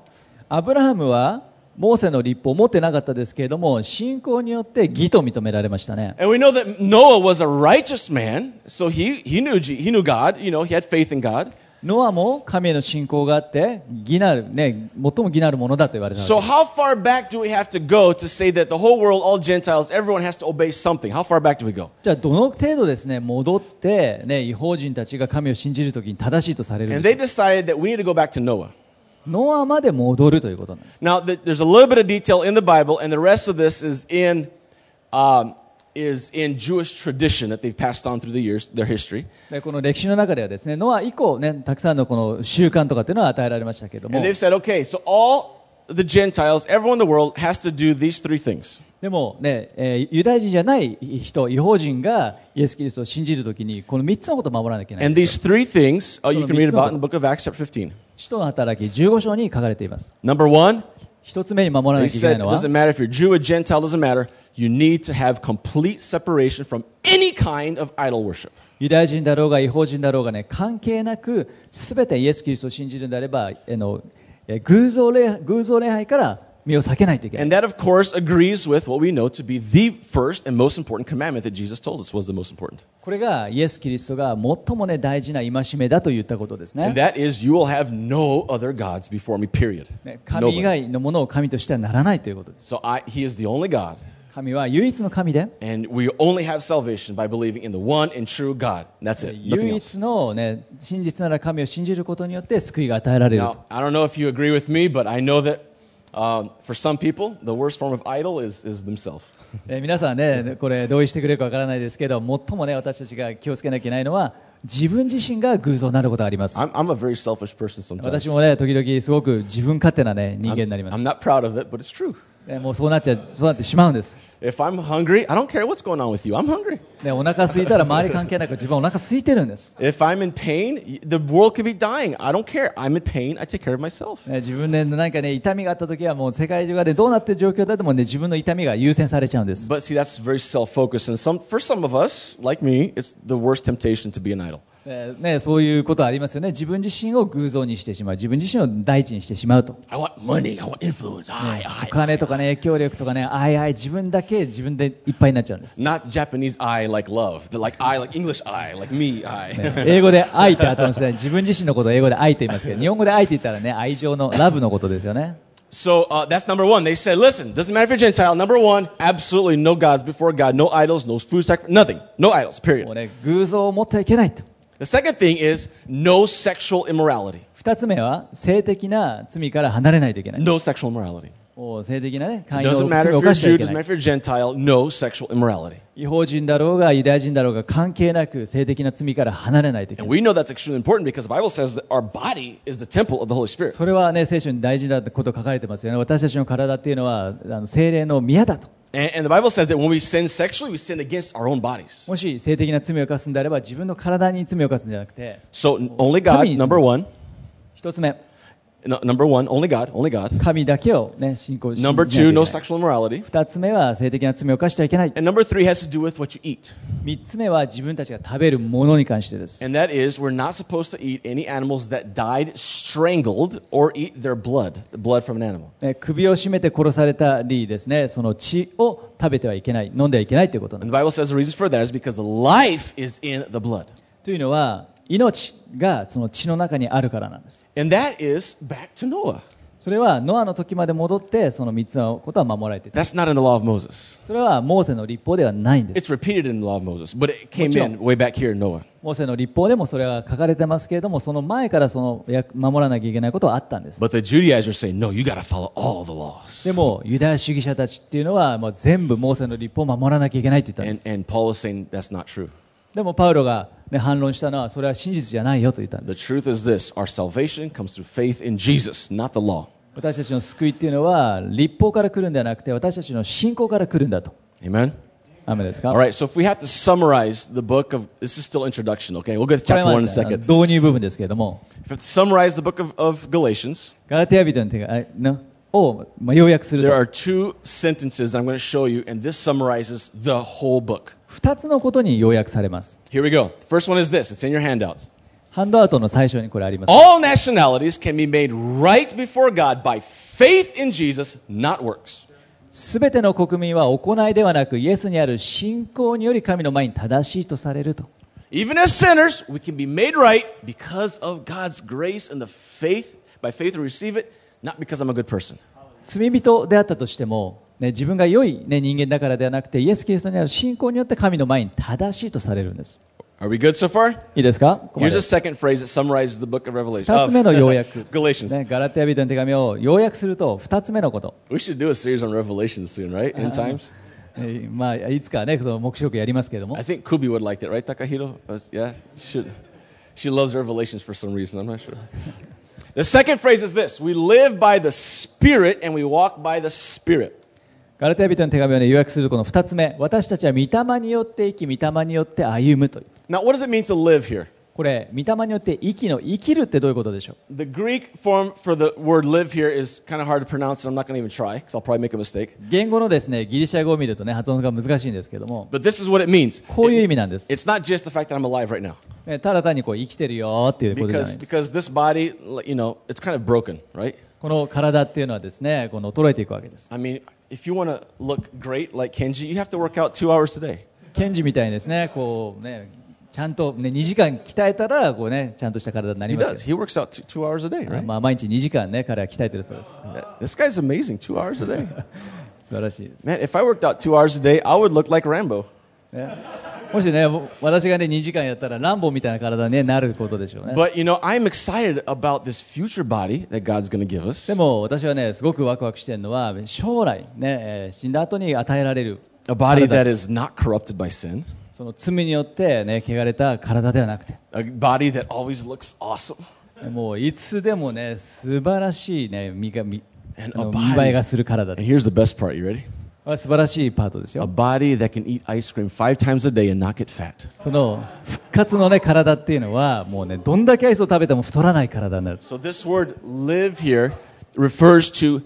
Speaker 2: アブラハムはモーセの立法を持ってなかったですけれども、信仰によって義と認められましたね。
Speaker 1: And we know that Noah was a righteous man, so he, he, knew, Je- he knew God, you know, he had faith in God.
Speaker 2: ノアも神への信仰があって、義なる、ね、最も義なるものだと言われたわけです
Speaker 1: So how far back do we have to go to say that the whole world, all Gentiles, everyone has to obey something? How far back do we go?
Speaker 2: じゃあどの程度ですね戻って、ね、違法人たちが神を信じるときに正しいとされるん
Speaker 1: And
Speaker 2: で
Speaker 1: they
Speaker 2: す
Speaker 1: decided that we need to go back to Noah.
Speaker 2: ノアまで戻るということなんです
Speaker 1: Now, th- there's a little bit of detail in the Bible, and the rest of this is in, um, is in Jewish tradition that they've passed on through the years, their history.
Speaker 2: でこの歴史の中ではですねノア以降、ね、たくさんのこの習慣とかっていうのは与えられましたけれども
Speaker 1: And they've said, okay, so all the Gentiles, everyone in the world has to do these three things.
Speaker 2: でもね、えーユダヤ人じゃない人、違法人がイエス・キリストを信じるときに、この3つのことを守らなきゃいけないん
Speaker 1: And
Speaker 2: ですよ。
Speaker 1: these three things uh, you
Speaker 2: So
Speaker 1: can read
Speaker 2: it's
Speaker 1: about
Speaker 2: not-
Speaker 1: in the book of Acts, chapter 15.
Speaker 2: 使徒の働き15章に書かれています。
Speaker 1: Number one,
Speaker 2: 一つ目に守ら
Speaker 1: he
Speaker 2: なきゃいけな
Speaker 1: said,
Speaker 2: い
Speaker 1: it
Speaker 2: のは、
Speaker 1: doesn't matter if you're Jew or Gentile, doesn't matter. You need to have complete separation from any kind of idol worship.
Speaker 2: ユダヤ人だろうが違法人だろうがね、関係なく、すべてイエス・キリストを信じるんであれば、あのえー偶像礼偶像礼拝から身を避けないといけない。
Speaker 1: And that, of course, agrees with what we know to be the first and most important commandment that Jesus told us was the most important.
Speaker 2: これがイエス・キリストが最もね、大事な戒めだと言ったことです
Speaker 1: And
Speaker 2: ね。
Speaker 1: that is, you will have no other gods before me, period.
Speaker 2: ね神以
Speaker 1: Nobody.
Speaker 2: 外のものを神としてはならないということです。
Speaker 1: So I, he is the only God.
Speaker 2: 神は唯一の神で、
Speaker 1: And we only have salvation by believing in the one and true God. And That's it. Nothing
Speaker 2: 唯
Speaker 1: else.
Speaker 2: 一の、ね、真実なら神を信じることによって救いが与えられると
Speaker 1: Now, I don't know if you agree with me, but I know that um, for some people, the worst form of idol is, is themselves.
Speaker 2: えー皆さんねこれ同意してくれるかわからないですけど最もね私たちが気をつけなきゃいけないのは自分自身が偶像になることがあります。
Speaker 1: I'm, I'm a very selfish person sometimes.
Speaker 2: 私もね時々すごく自分勝手なね人間になり
Speaker 1: I'm,
Speaker 2: ます
Speaker 1: I'm。not proud of it, but it's true.
Speaker 2: えーもうそうなっちゃうそうなってしまうんです。
Speaker 1: If I'm hungry, I don't care what's going on with you. I'm hungry.
Speaker 2: ねお腹空いたら周り関係なく自分はお腹空いてるんです。
Speaker 1: If I'm in pain, y- the world could be dying. I don't care. I'm in pain. I take care of myself.
Speaker 2: ね自分で何かね痛みがあった時はもう世界中がねどうなってる状況だでもね自分の痛みが優先されちゃうんです。
Speaker 1: But see, that's very self-focused, and some for some of us, like me, it's the worst temptation to be an idol.
Speaker 2: えーねそういうことありますよね。自分自身を偶像にしてしまう自分自身を第一にしてしまうと。
Speaker 1: I want money. I want influence. I,
Speaker 2: お
Speaker 1: I.
Speaker 2: 金とかね影響力とかねあいあい自分だけ自分でいっぱいになっちゃうんです。
Speaker 1: Not Japanese I like love. The like I like English I like me I.
Speaker 2: 英語で愛って発音してない自分自身のことを英語で愛って言いますけど日本語で愛って言ったらね愛情のラブのことですよね
Speaker 1: So uh, that's number one. They said, listen, doesn't matter if you're Gentile. Number one, absolutely no gods before God, no idols, no food sacrifice, nothing, no idols.
Speaker 2: もう
Speaker 1: Period.
Speaker 2: ね偶像を持ってはいけないと
Speaker 1: The second thing is no sexual immorality.
Speaker 2: 二つ目は性的な罪から離れないといけない
Speaker 1: No sexual immorality.
Speaker 2: もう性的なね
Speaker 1: It
Speaker 2: 寛容
Speaker 1: doesn't matter
Speaker 2: 罪
Speaker 1: if you're
Speaker 2: を犯して
Speaker 1: Jew,
Speaker 2: はいけ
Speaker 1: doesn't
Speaker 2: な
Speaker 1: matter
Speaker 2: い
Speaker 1: if you're Gentile. No sexual immorality.
Speaker 2: 違法人だろうがユダヤ人だろうが関係なく性的な罪から離れないといけ
Speaker 1: And
Speaker 2: ない
Speaker 1: we know that's extremely important because the Bible says that our body is the temple of the Holy Spirit.
Speaker 2: それはね聖書に大事だってこと書かれてますよね私たちの体っていうのはあの精霊の宮だと
Speaker 1: And, and the Bible says that when we sin sexually, we sin against our own bodies.
Speaker 2: もし性的な罪を犯すんであれば自分の体に罪を犯すんじゃなくて
Speaker 1: So n- only God,
Speaker 2: Communism.
Speaker 1: number one.
Speaker 2: 一つ目
Speaker 1: No, number one, only God, only God.
Speaker 2: 神だけをね信仰し
Speaker 1: Number
Speaker 2: 信じな
Speaker 1: two, no
Speaker 2: きゃいけない
Speaker 1: sexual immorality.
Speaker 2: 二つ目は性的な罪を犯してはいけない
Speaker 1: And number three has to do with what you eat.
Speaker 2: 三つ目は自分たちが食べるものに関してです、
Speaker 1: And that is, we're not supposed to eat any animals that died strangled or eat their blood, the blood from an animal.
Speaker 2: えー首を絞めて殺されたりですねその血を食べてはいけない飲んではいけないということなん
Speaker 1: And
Speaker 2: で
Speaker 1: the Bible says the reason for that is because the life is in the blood.
Speaker 2: すというのは命がその血の中にあるからなんです
Speaker 1: And that is back to Noah.
Speaker 2: それはノアの時まで戻ってその三つのことは守られていた
Speaker 1: That's not in the law of Moses.
Speaker 2: それはモーセの立法ではないんです
Speaker 1: It's repeated in the law of Moses, but it came
Speaker 2: What's
Speaker 1: in
Speaker 2: up?
Speaker 1: way back here in Noah.
Speaker 2: モーセの立法でもそれは書かれてますけれどもその前からそのや守らなきゃいけないことはあったんです
Speaker 1: But the Judaizers say, no, you got to follow all the laws.
Speaker 2: でもユダヤ主義者たちっていうのはもう全部モーセの立法を守らなきゃいけないって言ったんで
Speaker 1: And, and
Speaker 2: す
Speaker 1: Paul is saying that's not true.
Speaker 2: でもパウロが、ね、反論したのはそれは真実じゃないよと言ったん
Speaker 1: The
Speaker 2: です
Speaker 1: truth is this our salvation comes through faith in Jesus, not the law.
Speaker 2: 私たちの救いっていうのは立法から来るんではなくて私たちの信仰から来るんだと
Speaker 1: Amen?
Speaker 2: アメですか
Speaker 1: All right, so if we have to summarize the book of, this is still introduction, okay? We'll get to
Speaker 2: これ
Speaker 1: chapter 1
Speaker 2: は
Speaker 1: in a
Speaker 2: ねあの
Speaker 1: second.
Speaker 2: 導入部分ですけれども
Speaker 1: If we have to summarize the book of, of Galatians,
Speaker 2: ガラテヤ人の手紙のを、まあ、要約する
Speaker 1: there
Speaker 2: と
Speaker 1: are two sentences that I'm going to show you, and this summarizes the whole book.
Speaker 2: 2つのことに要約されます
Speaker 1: Here we go. First one is this it's in your handouts.
Speaker 2: ハンドアウトの最初にこれあります
Speaker 1: All nationalities can be made right before God by faith in Jesus, not works.
Speaker 2: すべての国民は行いではなくイエスにある信仰により神の前に正しいとされると
Speaker 1: Even as sinners, we can be made right because of God's grace and the faith, by faith we receive it, not because I'm a good person.
Speaker 2: 罪人であったとしても、ね、自分が良い、ね、人間だからではなくてイエス・キリストにある信仰によって神の前に正しいとされるんです
Speaker 1: Are we good so far?
Speaker 2: いいですかここま
Speaker 1: Here's
Speaker 2: で
Speaker 1: a second phrase that summarizes the book of Revelation.
Speaker 2: 2つ目 の要約
Speaker 1: Of Galatians.
Speaker 2: ね、ガラテヤ人の手紙を要約すると2つ目のこと、
Speaker 1: We should do a series on Revelation soon, right? End times.
Speaker 2: えーまあ、いつかねその目視録やりますけれども
Speaker 1: I think Kubi would like that, Uh, right, Takahiro? Yes, yeah, should. She loves Revelations for some reason. I'm not sure. The second phrase is this We live by the Spirit and we walk by the Spirit.
Speaker 2: ガラテヤ人への手紙を、ね、予約するとこの2つ目私たちは御霊によって生き御霊によって歩むという
Speaker 1: Now, what does it mean to live here?
Speaker 2: これ御霊によって生きの生きるってどういうことでしょう
Speaker 1: The Greek form for the word live here is kind of hard to pronounce, and I'm not going to even try because I'll probably make a mistake.
Speaker 2: 言語のですねギリシャ語を見るとね発音が難しいんですけども
Speaker 1: But this is what it means.
Speaker 2: こういう意
Speaker 1: It-
Speaker 2: 味なんです、
Speaker 1: it's not just the fact that I'm alive right now
Speaker 2: ねただ単にこう生きてるよっていうことじゃな
Speaker 1: because,
Speaker 2: いです
Speaker 1: because this body, like, you know, it's kind of broken, right?
Speaker 2: この体っていうのはですねこの衰えていくわけです
Speaker 1: I mean, if you want to look great like Kenji, you have to work out two hours a day.
Speaker 2: ケンジみたいにですねこうねちゃんと、ね、2時間鍛えたらこう、ね、ちゃんとした体にな
Speaker 1: He
Speaker 2: りますけ
Speaker 1: does. He works out two, two hours a day,
Speaker 2: ど、
Speaker 1: right?
Speaker 2: まあ、毎日2時間ね彼は鍛えてるそうです
Speaker 1: Uh, This guy's amazing. Two hours a day.
Speaker 2: 素晴らしいです
Speaker 1: Man, if I worked out two hours a day, I would look like Rambo.
Speaker 2: ね、もしね、ぼ私がね、2時間やったら、ランボーみたいな体になることでしょうね。
Speaker 1: But, you know, I'm excited about this future body that God's going to give us,
Speaker 2: でも、私はね、すごくワクワクしてるのは、将来、ね、えー死んだ後に与えられる
Speaker 1: a body
Speaker 2: 体
Speaker 1: that is not corrupted by sin,
Speaker 2: その罪によってね、汚れた体ではなくて、
Speaker 1: a body that always looks awesome,
Speaker 2: もういつでもね、素晴らしいね、身が身
Speaker 1: and
Speaker 2: あ
Speaker 1: a
Speaker 2: の見栄え
Speaker 1: body.
Speaker 2: がする体
Speaker 1: And
Speaker 2: で
Speaker 1: here's the best part. You ready?
Speaker 2: す。素晴らしいパートです
Speaker 1: A
Speaker 2: よ。
Speaker 1: body that can eat ice cream five times a day and not get fat.
Speaker 2: その復活のね、体っていうのは、もうね、どんだけアイスを食べても太らない体になる。
Speaker 1: So, this word live here refers to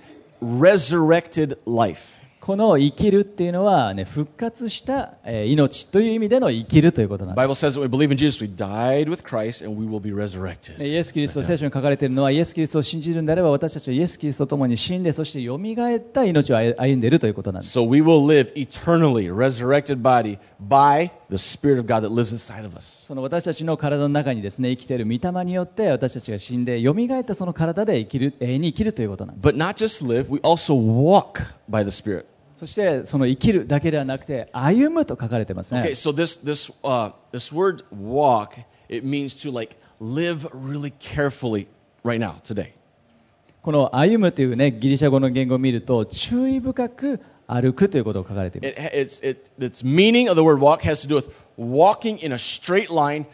Speaker 1: resurrected life.
Speaker 2: この生きるっていうのは、ね、復活した、えー命という意味での生きるということなんです
Speaker 1: Bible says that we believe in Jesus, we died with Christ, and we will be resurrected.
Speaker 2: イエス・キリスト、聖書に書かれているのは、イエス・キリストを信じるんであれば、私たちはイエス・キリストと共に死んで、そして蘇った命を歩んでいるということなんです。
Speaker 1: So we will live eternally, resurrected body by the Spirit of God that lives inside of us.
Speaker 2: その私たちの体の中にですね生きている御霊によって私たちが死んで蘇ったその体で生きる永遠に生きるということなんです
Speaker 1: But not just live, we also walk by the Spirit.
Speaker 2: そしてその生きるだけではなくて歩むと書かれてますね、
Speaker 1: Okay, so this this uh, this word walk it means to like live really carefully right now today.
Speaker 2: この歩むというねギリシャ語の言語を見ると注意深く歩くということを書かれています
Speaker 1: It, it's it its meaning of the word walk has to do with walking in a straight line,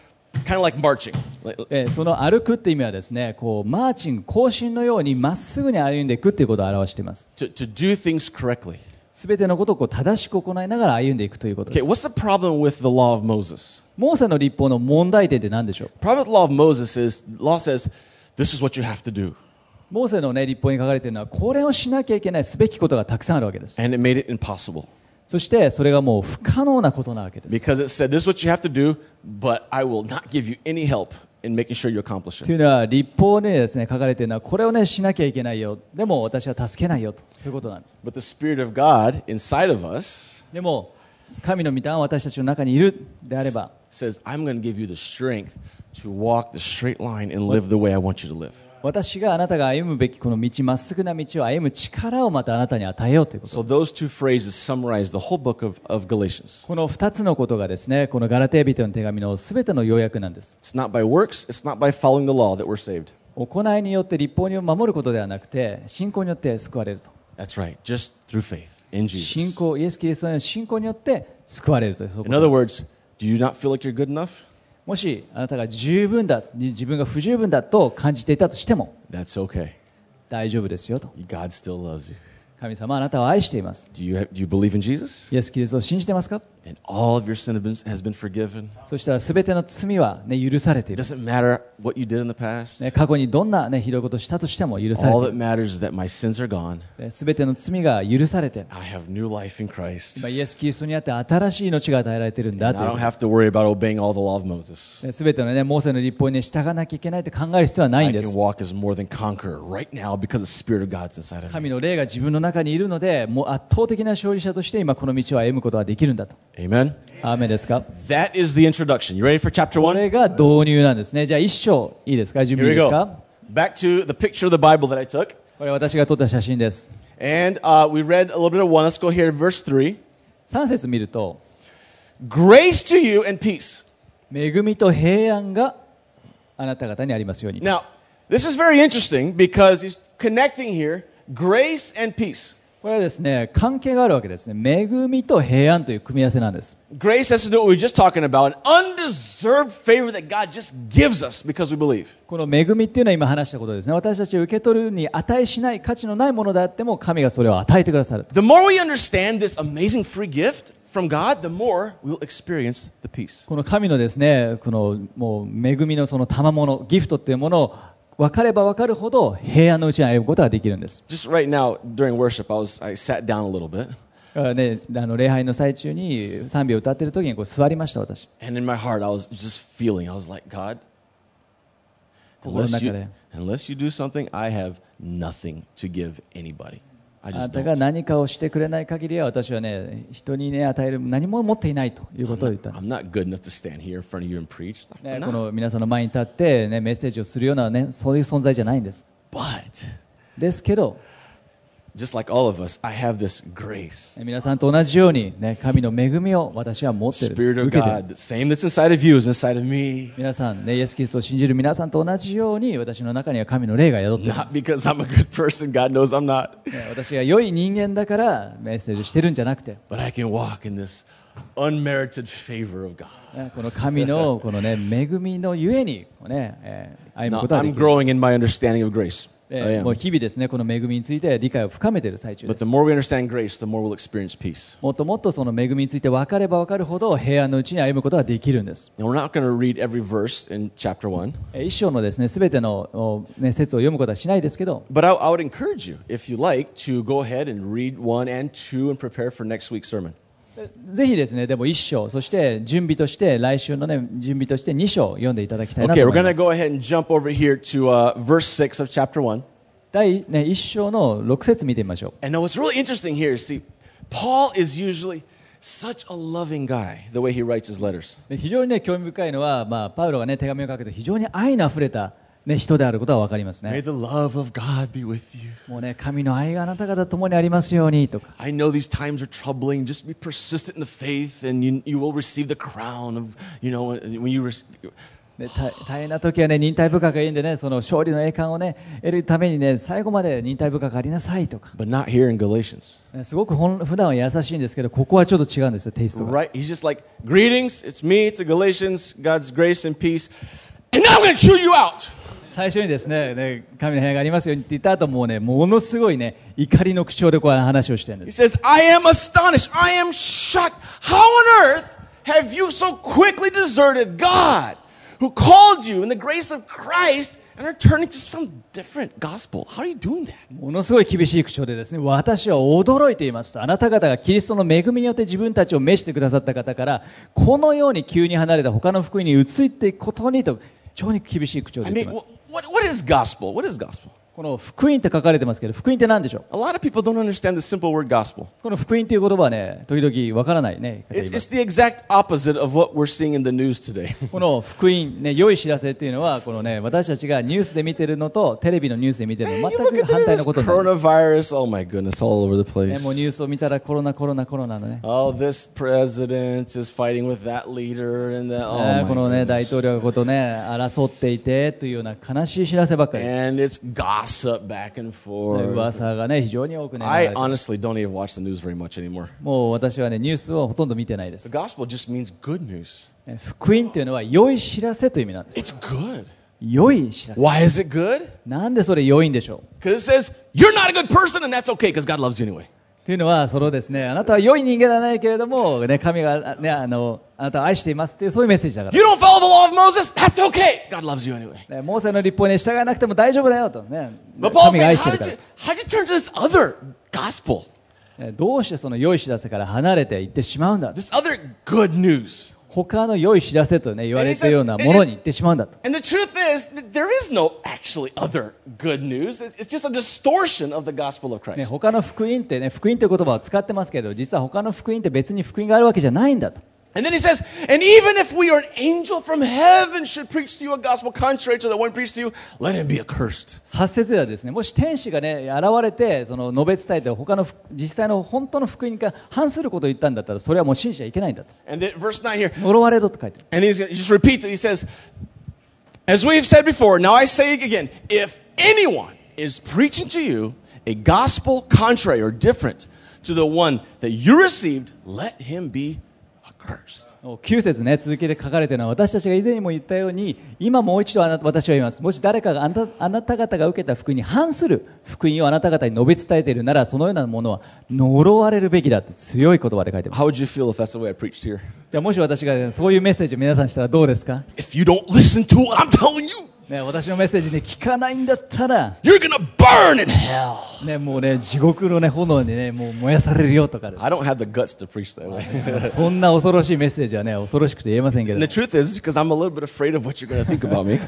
Speaker 1: kind of like marching. Like-
Speaker 2: えーその歩くって意味はですねこうマーチング行進のようにまっすぐに歩んでいくということを表しています
Speaker 1: to, to do things correctly.
Speaker 2: すべてのことをこう正しく行いながら歩んでいくということで
Speaker 1: Okay,
Speaker 2: す。
Speaker 1: what's the problem with the law of Moses?
Speaker 2: モーセの立法の問題点って何でしょう
Speaker 1: Problem with the law of Moses is law says this is what you have to do.
Speaker 2: モーセの、ね、立法に書かれているのは、これをしなきゃいけない、すべきことがたくさんあるわけです。
Speaker 1: and it made it impossible
Speaker 2: そして、それがもう不可能なことなわけです。
Speaker 1: because it said this is what you have to do but i will not give you any help in making sure you accomplish
Speaker 2: と
Speaker 1: it
Speaker 2: いうのは、立法にです、ね、書かれているのは、これを、ね、しなきゃいけないよ、でも私は助けないよと、そういうことなんです。
Speaker 1: but the spirit of god inside of us
Speaker 2: でも、神の御霊は私たちの中にいるであれば、
Speaker 1: says i'm going to give you the strength to walk the straight line and live the way i want you to live
Speaker 2: 私があなたが歩むべきこの道、まっすぐな道を歩む力をまたあなたに与えようということ
Speaker 1: so those two phrases summarize the whole book of, of galatians
Speaker 2: この2つのことがですね、このガラテヤ人への手紙のすべての要約なんです。
Speaker 1: it's not by works it's not by following the law that we're saved
Speaker 2: 行いによって立法を守ることではなくて、信仰によって救われると。
Speaker 1: that's right just through faith in
Speaker 2: 信
Speaker 1: jesus
Speaker 2: 仰、イエス・キリストへの信仰によって救われるということ
Speaker 1: in other words do you not feel like you're good enough
Speaker 2: もしあなたが十分だ、に自分が不十分だと感じていたとしても、
Speaker 1: that's okay
Speaker 2: 大丈夫ですよと。
Speaker 1: god still loves you
Speaker 2: 神様はあなたを愛しています。
Speaker 1: do you, have, do you believe in jesus
Speaker 2: イエス・キリストを信じてますか
Speaker 1: and all of your sin have been, has been forgiven.
Speaker 2: そしたら全ての罪は、ね、許されて
Speaker 1: It
Speaker 2: いる、
Speaker 1: doesn't matter what you did in the past.
Speaker 2: ね。過去にどんな、ね、ひどいことをしたとしても許され
Speaker 1: All
Speaker 2: て
Speaker 1: that
Speaker 2: い
Speaker 1: matters is that my sins are gone.
Speaker 2: る。全ての罪が許されて、
Speaker 1: I have new life in Christ.
Speaker 2: 今イエス・キリストにあって新しい命が与えられているん
Speaker 1: And I
Speaker 2: だというこ
Speaker 1: don't have to worry about obeying all the law of Moses.
Speaker 2: と。すべてのね、モーセの立法に、ね、従わなきゃいけないって考える必要はない
Speaker 1: I
Speaker 2: んで
Speaker 1: can
Speaker 2: す。
Speaker 1: walk as more than conqueror right now because the Spirit of God's inside of me.
Speaker 2: 神の霊が自分の中にいるので、もう圧倒的な勝利者として今この道を歩むことができるんだと。
Speaker 1: Amen.
Speaker 2: アーメンですか
Speaker 1: That is the introduction. You ready for chapter
Speaker 2: こ
Speaker 1: one?
Speaker 2: れが導入なんですね。じゃあ一章いいですか準
Speaker 1: Here
Speaker 2: 備
Speaker 1: we
Speaker 2: いいです
Speaker 1: go.
Speaker 2: か
Speaker 1: Back to the picture of the Bible that I took.
Speaker 2: これ私が撮った写真です。
Speaker 1: And uh, we read a little bit of one. Let's go here to verse three.
Speaker 2: 3節見ると、
Speaker 1: Grace to you and peace.
Speaker 2: 恵みと平安があなた方にありますように。
Speaker 1: Now, this is very interesting because he's connecting here grace and peace.
Speaker 2: これはですね関係があるわけですね恵みと平安という組み合わせなんです
Speaker 1: Grace has to do what we were just talking about an undeserved favor that God just gives us because we believe.
Speaker 2: この恵みっていうのは今話したことですね私たち受け取るに値しない価値のないものであっても神がそれを与えてくださる
Speaker 1: The more we understand this amazing free gift from God, the more we'll experience the peace.
Speaker 2: この神のですねこのもう恵みのその賜物ギフトっていうものを分かれば分かるほど平安のうちに歩むことができるんです
Speaker 1: Just right now during worship, I was I sat down a little bit,
Speaker 2: だからね、あの礼拝の最中に賛美を歌ってる時にこう座りました私
Speaker 1: and in my heart, I was just feeling. I was like, God,
Speaker 2: 心の
Speaker 1: unless
Speaker 2: 中
Speaker 1: you,
Speaker 2: で
Speaker 1: unless you do something, I have nothing to give anybody. I
Speaker 2: あな
Speaker 1: just
Speaker 2: たが
Speaker 1: don't.
Speaker 2: 何かをしてくれない限りは私はね人にね与える何も持っていないということを言ったんです
Speaker 1: I'm not good enough to stand here in front of you and preach. I'm
Speaker 2: ねこ
Speaker 1: not.
Speaker 2: の皆さんの前に立って、ね、メッセージをするような、ね、そういう存在じゃないんです
Speaker 1: But
Speaker 2: ですけど
Speaker 1: just like all of us, I have this grace.
Speaker 2: 皆さんと同じように、ね、神の恵みを私は持ってるんです
Speaker 1: Spirit of
Speaker 2: 受けてるん
Speaker 1: God,
Speaker 2: です
Speaker 1: the same that's inside of you is inside of me.
Speaker 2: 皆さん、ね、イエス・キリストを信じる皆さんと同じように私の中には神の霊が宿っている、
Speaker 1: Not because I'm a good person, God knows I'm not.
Speaker 2: ね私が良い人間だからメッセージしてるんじゃなくて
Speaker 1: But I can walk in this unmerited favor of God.
Speaker 2: ねこの 神のこの、ね、恵みのゆえに、ねえー歩む
Speaker 1: Now,
Speaker 2: ことがで
Speaker 1: I'm
Speaker 2: きる、
Speaker 1: growing in my understanding of grace. I
Speaker 2: えーもう
Speaker 1: am.
Speaker 2: 日々ですねこの恵みについて理解を深めている最中で
Speaker 1: But the
Speaker 2: す
Speaker 1: more we understand grace, the more we'll experience peace.
Speaker 2: もっともっとその恵みについて分かれば分かるほど平安のうちに歩むことができるんです
Speaker 1: And we're not going to read every verse in chapter 1.
Speaker 2: えー一章のですね全てのおね説を読むことはしないですけど
Speaker 1: But I, I would encourage you, if you like, to go ahead and read 1 and 2 and prepare for next week's sermon.
Speaker 2: えぜひですねでも一章そして準備として来週のね準備として二章読んでいただきたいなと
Speaker 1: Okay,
Speaker 2: 思
Speaker 1: we're
Speaker 2: いま
Speaker 1: going to
Speaker 2: す
Speaker 1: go ahead and jump over here to uh, verse 6 of chapter 1.
Speaker 2: 第、ね、一章の6節見てみましょう
Speaker 1: And now what's really interesting here is see, Paul is usually such a loving guy, the way he writes his letters.
Speaker 2: で非常にね興味深いのは、まあ、パウロがね手紙を書くと非常に愛のあふれた、ね、人であることは分かります
Speaker 1: May
Speaker 2: ね
Speaker 1: the love of God be with you.
Speaker 2: もうね神の愛があなた方と共にありますようにとか
Speaker 1: I know these times are troubling. Just be persistent in the faith, and you, you will receive the crown of, you know, when you. Re-
Speaker 2: で大大変な時はね忍耐深くがいいんでねその勝利の栄冠をね得るためにね最後まで忍耐深くありなさいとか、
Speaker 1: but not here in Galatians.
Speaker 2: ねすごくほん普段は優しいんですけどここはちょっと違うんですよテイストが
Speaker 1: Right? He's just like, greetings, it's me, it's the Galatians, God's grace and peace. And now I'm going to chew you out.
Speaker 2: 最初にですねね神の部屋がありますようにって言った後もうねものすごいね怒りの口調でこう話をしてるんで
Speaker 1: He
Speaker 2: す
Speaker 1: says, I am astonished. I am shocked. How on earth have you so quickly deserted God, who called you in the grace of Christ, and are turning to some different gospel? How are you doing that?
Speaker 2: ものすごい厳しい口調でですね私は驚いていますとあなた方がキリストの恵みによって自分たちを召してくださった方からこのように急に離れた他の福音に移っていくことにと非常に厳しい口調
Speaker 1: I
Speaker 2: で言っ
Speaker 1: mean,
Speaker 2: てます
Speaker 1: wh- what, what is gospel? What is gospel?
Speaker 2: この福音って書かれてますけど福音って何でしょう
Speaker 1: A lot of people don't understand the simple word gospel.
Speaker 2: この福音っていう言葉はね時々わからないね方いま
Speaker 1: It's,
Speaker 2: す
Speaker 1: it's the exact opposite of what we're seeing in the news today.
Speaker 2: この福音ね良い知らせっていうのはこのね私たちがニュースで見てるのとテレビのニュースで見てる
Speaker 1: Man,
Speaker 2: の
Speaker 1: you
Speaker 2: 全
Speaker 1: look
Speaker 2: く
Speaker 1: at
Speaker 2: 反対
Speaker 1: this
Speaker 2: のことになります
Speaker 1: coronavirus. Oh my goodness, all over the
Speaker 2: ね
Speaker 1: place.
Speaker 2: もうニュースを見たらコロナコロナコロナのね
Speaker 1: Oh, this president is fighting with that leader, and the, oh
Speaker 2: ね
Speaker 1: my
Speaker 2: このね
Speaker 1: goodness.
Speaker 2: 大統領がことね争っていてというような悲しい知らせばっかりです
Speaker 1: and it's gossip back and
Speaker 2: ね
Speaker 1: forth.
Speaker 2: 噂がね非常に多くね流
Speaker 1: I
Speaker 2: れて
Speaker 1: honestly don't even watch the news very much anymore.
Speaker 2: もう私はねニュースをほとんど見てないで
Speaker 1: The
Speaker 2: す
Speaker 1: gospel just means good news.
Speaker 2: ね福音っていうのは良い知らせという意味なんです
Speaker 1: It's good.
Speaker 2: 良い知らせ
Speaker 1: Why is it good?
Speaker 2: なんでそれ良いんでしょう
Speaker 1: Because it says you're not a good person, and that's okay because God loves you anyway.
Speaker 2: というのは、そのですね、あなたは良い人間ではないけれども、ね、神が、ね、あの、あなたを愛していますっていう、そういうメッセージだか
Speaker 1: You don't follow the law of Moses, that's okay. God loves you anyway.
Speaker 2: ら。ね、モーセの立法に従わなくても大丈夫だよと、ね。
Speaker 1: But Paul
Speaker 2: 神が
Speaker 1: said,
Speaker 2: 愛して
Speaker 1: how
Speaker 2: るか
Speaker 1: did, you, how did you turn to this other gospel,
Speaker 2: ら。ねどうしてその良い知らせから離れていってしまうんだ。
Speaker 1: this other good news?
Speaker 2: 他の良い知らせとね、言われているようなものに行ってしまうんだと。
Speaker 1: And the truth is, that there is no actually other good news. It's, it's just a distortion of the gospel of
Speaker 2: ね、
Speaker 1: Christ.
Speaker 2: 他の福音ってね、福音という言葉を使ってますけど、実は他の福音って別に福音があるわけじゃないんだと。
Speaker 1: And then he says, and even if we are an angel from heaven should preach to you a gospel contrary to the one preached to you, let him be accursed.
Speaker 2: 8節ではですね、もし天使がね、現れて、その述べ伝えて、他の福実際の本当の福音が反することを言ったんだったら、それはもう信じちゃいけないんだと。
Speaker 1: And then verse 9 here,
Speaker 2: 呪われろと書いてる。
Speaker 1: and he's, he just repeats it. He says, as we have said before, now I say again, if anyone is preaching to you a gospel contrary or different to the one that you received, let him be accursed.
Speaker 2: 9節ね続きで書かれているのは私たちが以前にも言ったように今もう一度あなた私は言いますもし誰かがあなたあなた方が受けた福音に反する福音をあなた方に述べ伝えているならそのようなものは呪われるべきだって強い言葉で書いてます
Speaker 1: How would you feel if that's the way I preached here?
Speaker 2: じゃあもし私がねそういうメッセージを皆さんにしたらどうですか、
Speaker 1: If you don't listen to what I'm telling you,
Speaker 2: ね、私のメッセージに聞かないんだったら、
Speaker 1: you're gonna burn in hell.
Speaker 2: ね、もうね地獄のね炎にねもう燃やされるよとかです
Speaker 1: I don't have the guts to preach that way.
Speaker 2: そんな恐ろしいメッセージはね恐ろしくて言えませんけ
Speaker 1: And the
Speaker 2: ど
Speaker 1: truth is, because I'm a little bit afraid of what you're gonna think about me.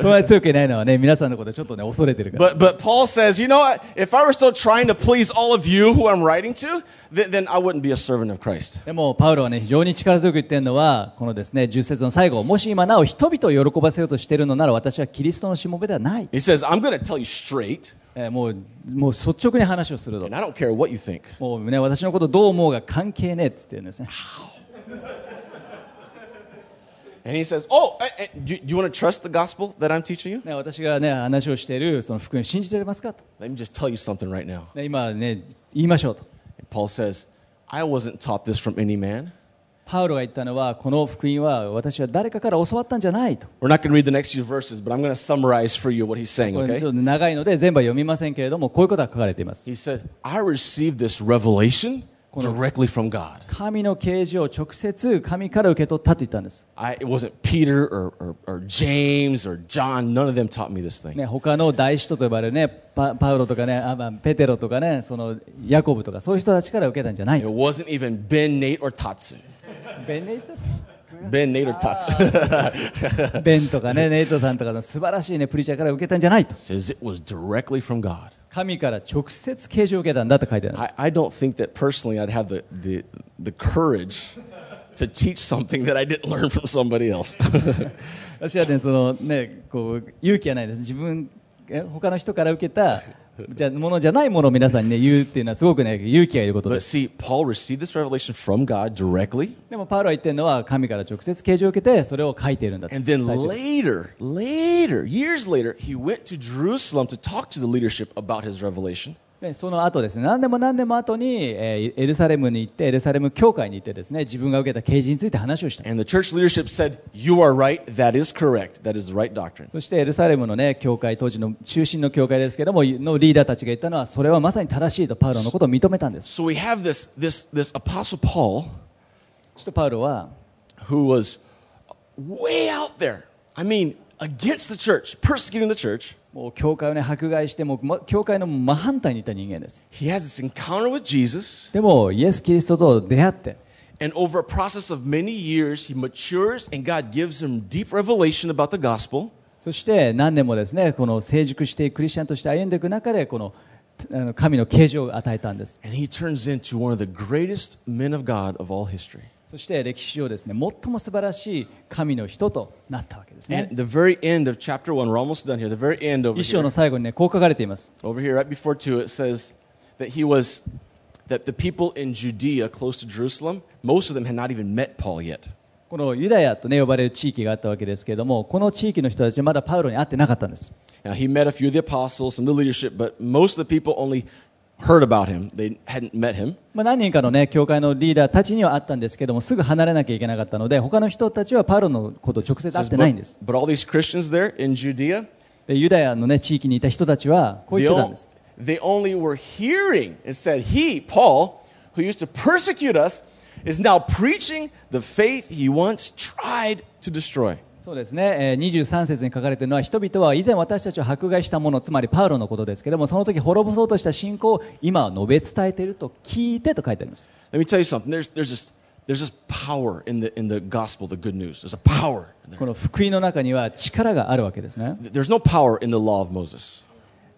Speaker 2: そんなに強く言えないのはね皆さんのことちょっとね恐れてるから
Speaker 1: But but Paul says, you know what? If I were still trying to please all of you who I'm writing to, then, then I wouldn't be a servant of Christ.
Speaker 2: でもパウロはね非常に力強く言ってるのはこのですね10節の最後もし今なお人々を喜ばせようとしているのなら私はキリストのしもべではな
Speaker 1: He
Speaker 2: い、
Speaker 1: says, I'm gonna tell you straight,
Speaker 2: えーもうもう率直に話をすると
Speaker 1: and I don't care what you think.
Speaker 2: もうね私のことどう思うが関係ねえっつって言うんですね
Speaker 1: And he says, Oh, eh, eh, do, do you want to trust the gospel that I'm teaching you?
Speaker 2: ね私がね話をしているその福音を信じてられますかと、
Speaker 1: Let me just tell you something right now.
Speaker 2: ね、今ね言いましょうと
Speaker 1: And Paul says, I wasn't taught this from any man.
Speaker 2: パウロが言ったのはこの福音は私は誰かから教わったんじゃないと
Speaker 1: We're not going to read the next few verses, but I'm going to summarize for you what he's saying,
Speaker 2: これちょ
Speaker 1: okay?
Speaker 2: っと長いので全部は読みませんけれどもこういうことが書かれています
Speaker 1: He said, I received this revelation directly from God.
Speaker 2: 神の啓示を直接神から受け取ったって言ったんです
Speaker 1: I, it wasn't Peter or, or, or James or John. None of them taught me this thing.
Speaker 2: ね、他の大使徒と呼ばれるねパパウロとかねあ、まあ、ペテロとかねそのヤコブとかそういう人たちから受けたんじゃない
Speaker 1: It wasn't even Ben, Nate, or Tatsu.
Speaker 2: ベンネイト
Speaker 1: Ben, Nate, or Tatsu.
Speaker 2: ベンとかねネイトさんとかの素晴らしいねプリチャーから受けたんじゃないと
Speaker 1: says it was directly from God.
Speaker 2: 神から直接啓示を受けたんだって書いてあるんで
Speaker 1: I,
Speaker 2: す
Speaker 1: I don't think that personally I'd have the, the, the courage to teach something that I didn't learn from somebody else.
Speaker 2: 私はねそのねこう勇気はないです自分え他の人から受けたじゃものじゃないものを皆さんにね言うっていうのはすごくね勇気がいることで
Speaker 1: but
Speaker 2: す
Speaker 1: see, Paul received this revelation from God directly,
Speaker 2: でもパウロは言ってるのは神から直接啓示を受けてそれを書いているんだって
Speaker 1: and
Speaker 2: 伝えて
Speaker 1: then
Speaker 2: る
Speaker 1: later, later, years later, he went to Jerusalem to talk to the leadership about his revelation.
Speaker 2: でその後ですね何でも何でも後に、えーエルサレムに行ってエルサレム教会に行ってですね自分が受けた啓示について話をした
Speaker 1: And the church leadership said, You are right. That is correct. That is the right doctrine.
Speaker 2: そしてエルサレムのね教会当時の中心の教会ですけどものリーダーたちが言ったのはそれはまさに正しいとパウロのことを認めたんです
Speaker 1: So we have this, this, this Apostle Paul
Speaker 2: そしてパウロは
Speaker 1: who was way out there. I mean, against the church, persecuting the church.
Speaker 2: もう教会をね迫害してもう、ま教会の真反対にいた人間です
Speaker 1: He has this encounter with Jesus,
Speaker 2: でもイエス・キリストと出会って、
Speaker 1: and over a process of many years, he matures, and God gives him deep revelation about the gospel.
Speaker 2: そして何年もですねこの成熟していくクリスチャンとして歩んでいく中でこのあの神の啓示を与えたんです
Speaker 1: And he turns into one of the greatest men of God of all history.
Speaker 2: そして歴史上ですね最も素晴らしい神の人となったわけですね
Speaker 1: And the very end of chapter one, we're almost done here. The very end over
Speaker 2: 一章
Speaker 1: here,
Speaker 2: の最後にねこう書かれています
Speaker 1: over here, right before two, it says that he was that the people in Judea, close to Jerusalem, most of them had not even met Paul yet.
Speaker 2: このユダヤとね呼ばれる地域があったわけですけれどもこの地域の人たちはまだパウロに会ってなかったんです
Speaker 1: Now, he met a few of the apostles, some of the leadership, but most of the people only heard about him. They hadn't met him.
Speaker 2: まあ何人かのね教会のリーダーたちには会ったんですけどもすぐ離れなきゃいけなかったので他の人たちはパウロのことを直接
Speaker 1: It
Speaker 2: 会っ
Speaker 1: says,
Speaker 2: てないんです
Speaker 1: but, but all these Christians there in Judea,
Speaker 2: でユダヤのね地域にいた人たちはこう
Speaker 1: they,
Speaker 2: 言ってたん
Speaker 1: on-
Speaker 2: です
Speaker 1: they only were hearing. It said, He, Paul, who used to persecute us, is now preaching the faith he once tried to destroy.
Speaker 2: そうですね、えー23節に書かれているのは人々は以前私たちを迫害したものつまりパウロのことですけどもその時滅ぼそうとした信仰を今は述べ伝えていると聞いてと書いてあります
Speaker 1: Let me tell you something. There's, there's, this, there's this power in the, in the gospel, the good news. There's a power. in there.
Speaker 2: この福音の中には力があるわけですね
Speaker 1: There's no power in the law of Moses.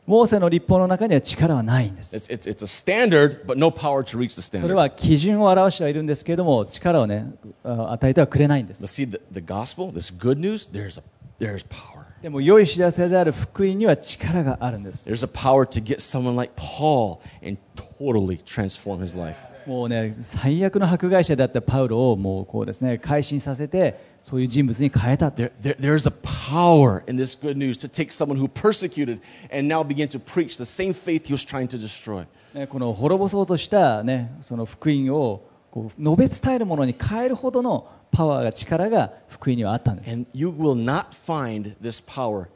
Speaker 2: モーセの立法の中には力はないんです
Speaker 1: It's, it's, it's a standard, but no power to reach the
Speaker 2: そ
Speaker 1: standard.
Speaker 2: れは基準を表してはいるんですけれども力をねあ与えてはくれないんです
Speaker 1: But see, the, the gospel, this good news, there's, a, there's power.
Speaker 2: でも良い知らせである福音には力があるんです
Speaker 1: There's a power to get someone like Paul and totally transform his life.
Speaker 2: もうね最悪の迫害者であったパウロをもうこうですね改心させてそういう人物に変えたって
Speaker 1: There, there, there's a power in this good news to take someone who persecuted and now begin to preach the same faith he was trying to destroy.
Speaker 2: ねこの滅ぼそうとしたねその福音をこう述べ伝えるものに変えるほどのパワーが力が福音にはあったんです
Speaker 1: And you will not find this power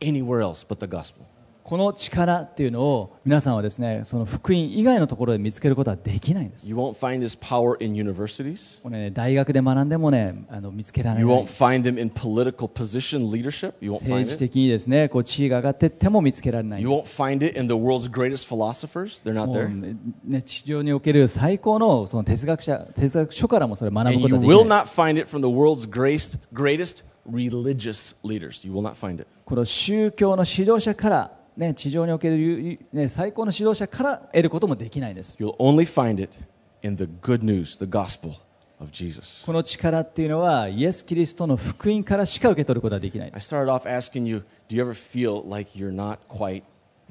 Speaker 1: anywhere else but the gospel.
Speaker 2: この力っていうのを皆さんはですねその福音以外のところで見つけることはできないんです
Speaker 1: You won't find this power in universities.
Speaker 2: これね大学で学んでもねあの見つけられ
Speaker 1: You
Speaker 2: ない
Speaker 1: won't find them in political position leadership. You won't
Speaker 2: 政
Speaker 1: find
Speaker 2: 治
Speaker 1: it.
Speaker 2: 的にですねこう地位が上がっていっても見つけられないん
Speaker 1: You
Speaker 2: で
Speaker 1: won't
Speaker 2: す
Speaker 1: find it in the world's greatest philosophers. They're not
Speaker 2: もう
Speaker 1: there.
Speaker 2: ね、地上における最高のその哲学者哲学書からもそれ学ぶ
Speaker 1: And
Speaker 2: こと
Speaker 1: you
Speaker 2: はでき
Speaker 1: will
Speaker 2: ない
Speaker 1: not find it from the world's greatest, greatest religious leaders. You will not find it.
Speaker 2: この宗教の指導者から、ね、地上におけるゆゆね、最高の指導者から得ることもできないんです
Speaker 1: You'll only find it in the good news, the gospel of Jesus.
Speaker 2: この力っていうのはイエス・キリストの福音からしか受け取ることはできない
Speaker 1: I started off asking you, do you ever feel like you're not quite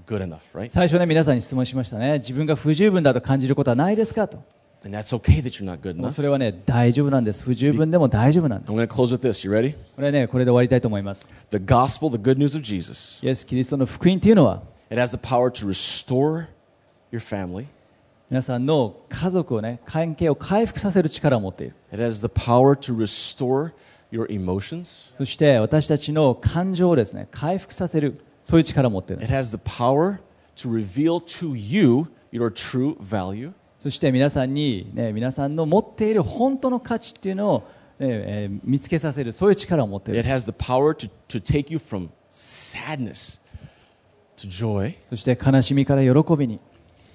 Speaker 1: good enough, right?
Speaker 2: 最初ね皆さんに質問しましたね自分が不十分だと感じることはないですかと
Speaker 1: And that's okay that you're not good
Speaker 2: もう
Speaker 1: enough.
Speaker 2: それはね大丈夫なんです不十分でも大丈夫なん
Speaker 1: I'm
Speaker 2: です
Speaker 1: going to close with this. You ready?
Speaker 2: これねこれで終わりたいと思います
Speaker 1: The gospel, the good news of Jesus,
Speaker 2: イエス・キリストの福音っていうのは
Speaker 1: it has the power to restore your family,
Speaker 2: 皆さんの家族をね関係を回復させる力を持っている
Speaker 1: it has the power to restore your emotions,
Speaker 2: そして私たちの感情をですね回復させるそういう力を持っている
Speaker 1: it has the power to reveal to you your true value.
Speaker 2: そして皆さんに、ね、皆さんの持っている本当の価値っていうのを、えーえー見つけさせるそういう力を持ってい
Speaker 1: It
Speaker 2: る
Speaker 1: has the power to, to take you from sadness to joy.
Speaker 2: そして悲しみから喜びに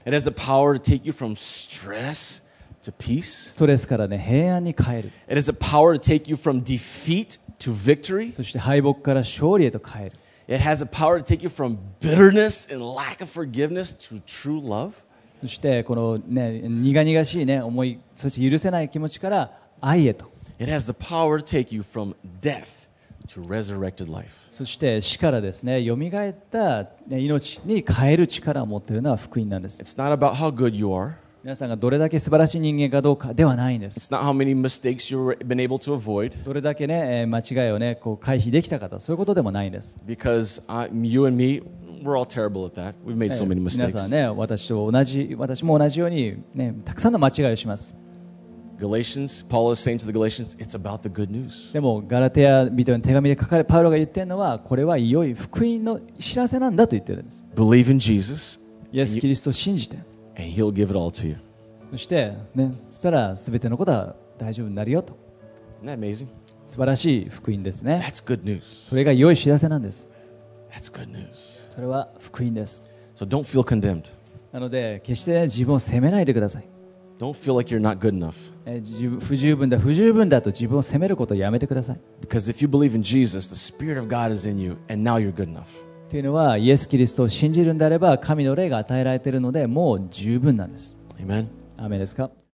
Speaker 1: It has the power to take you from stress to
Speaker 2: ス
Speaker 1: peace.
Speaker 2: トレスからね平安に変える
Speaker 1: It has the power to take you from defeat to victory.
Speaker 2: そして敗北から勝利へと変える
Speaker 1: It has the power to take you from bitterness and lack of forgiveness to true love.
Speaker 2: そしてこの、ね、苦々しい、ね、思いそして許せない気持ちから愛へと
Speaker 1: It has the power to take you from death to resurrected life.
Speaker 2: そして死からですね蘇ったね命に変える力を持っているのは福音なんです
Speaker 1: It's not about how good you are.
Speaker 2: 皆さんがどれだけ素晴らしい人間かどうかではないんです
Speaker 1: It's not how many mistakes you've been able to avoid
Speaker 2: どれだけねえー間違いをねこう回避できたかとそういうことでもないんです、
Speaker 1: because I, you and me, we're all terrible at that. We've made so many
Speaker 2: 皆
Speaker 1: mistakes.
Speaker 2: さんね私と同じ私も同じように、ね、たくさんの間違いをします
Speaker 1: Galatians, Paul is saying to the Galatians, it's about the good news.
Speaker 2: でもガラテヤ人への手紙で書かれパウロが言ってるのはこれは良い福音の知らせなんだと言ってるんです
Speaker 1: Believe in Jesus,
Speaker 2: イエス・キリストを信じて
Speaker 1: and He'll give it all to you.
Speaker 2: そして、ね、そしたら全てのことは大丈夫になるよと
Speaker 1: Isn't that amazing?
Speaker 2: 素晴らしい福音ですね
Speaker 1: That's good news.
Speaker 2: それが良い知らせなんです
Speaker 1: That's good news.
Speaker 2: それは福音です
Speaker 1: So don't feel condemned.
Speaker 2: なので決してね自分を責めないでください
Speaker 1: Don't feel like you're not good enough.
Speaker 2: えー自分不十分だ不十分だと自分を責めることをやめてください
Speaker 1: Because if you believe in Jesus, the Spirit of God is in you, and now you're good enough.
Speaker 2: というのはイエス・キリストを信じるんであれば神の霊が与えられているのでもう十分なんです
Speaker 1: Amen.
Speaker 2: アーメンですか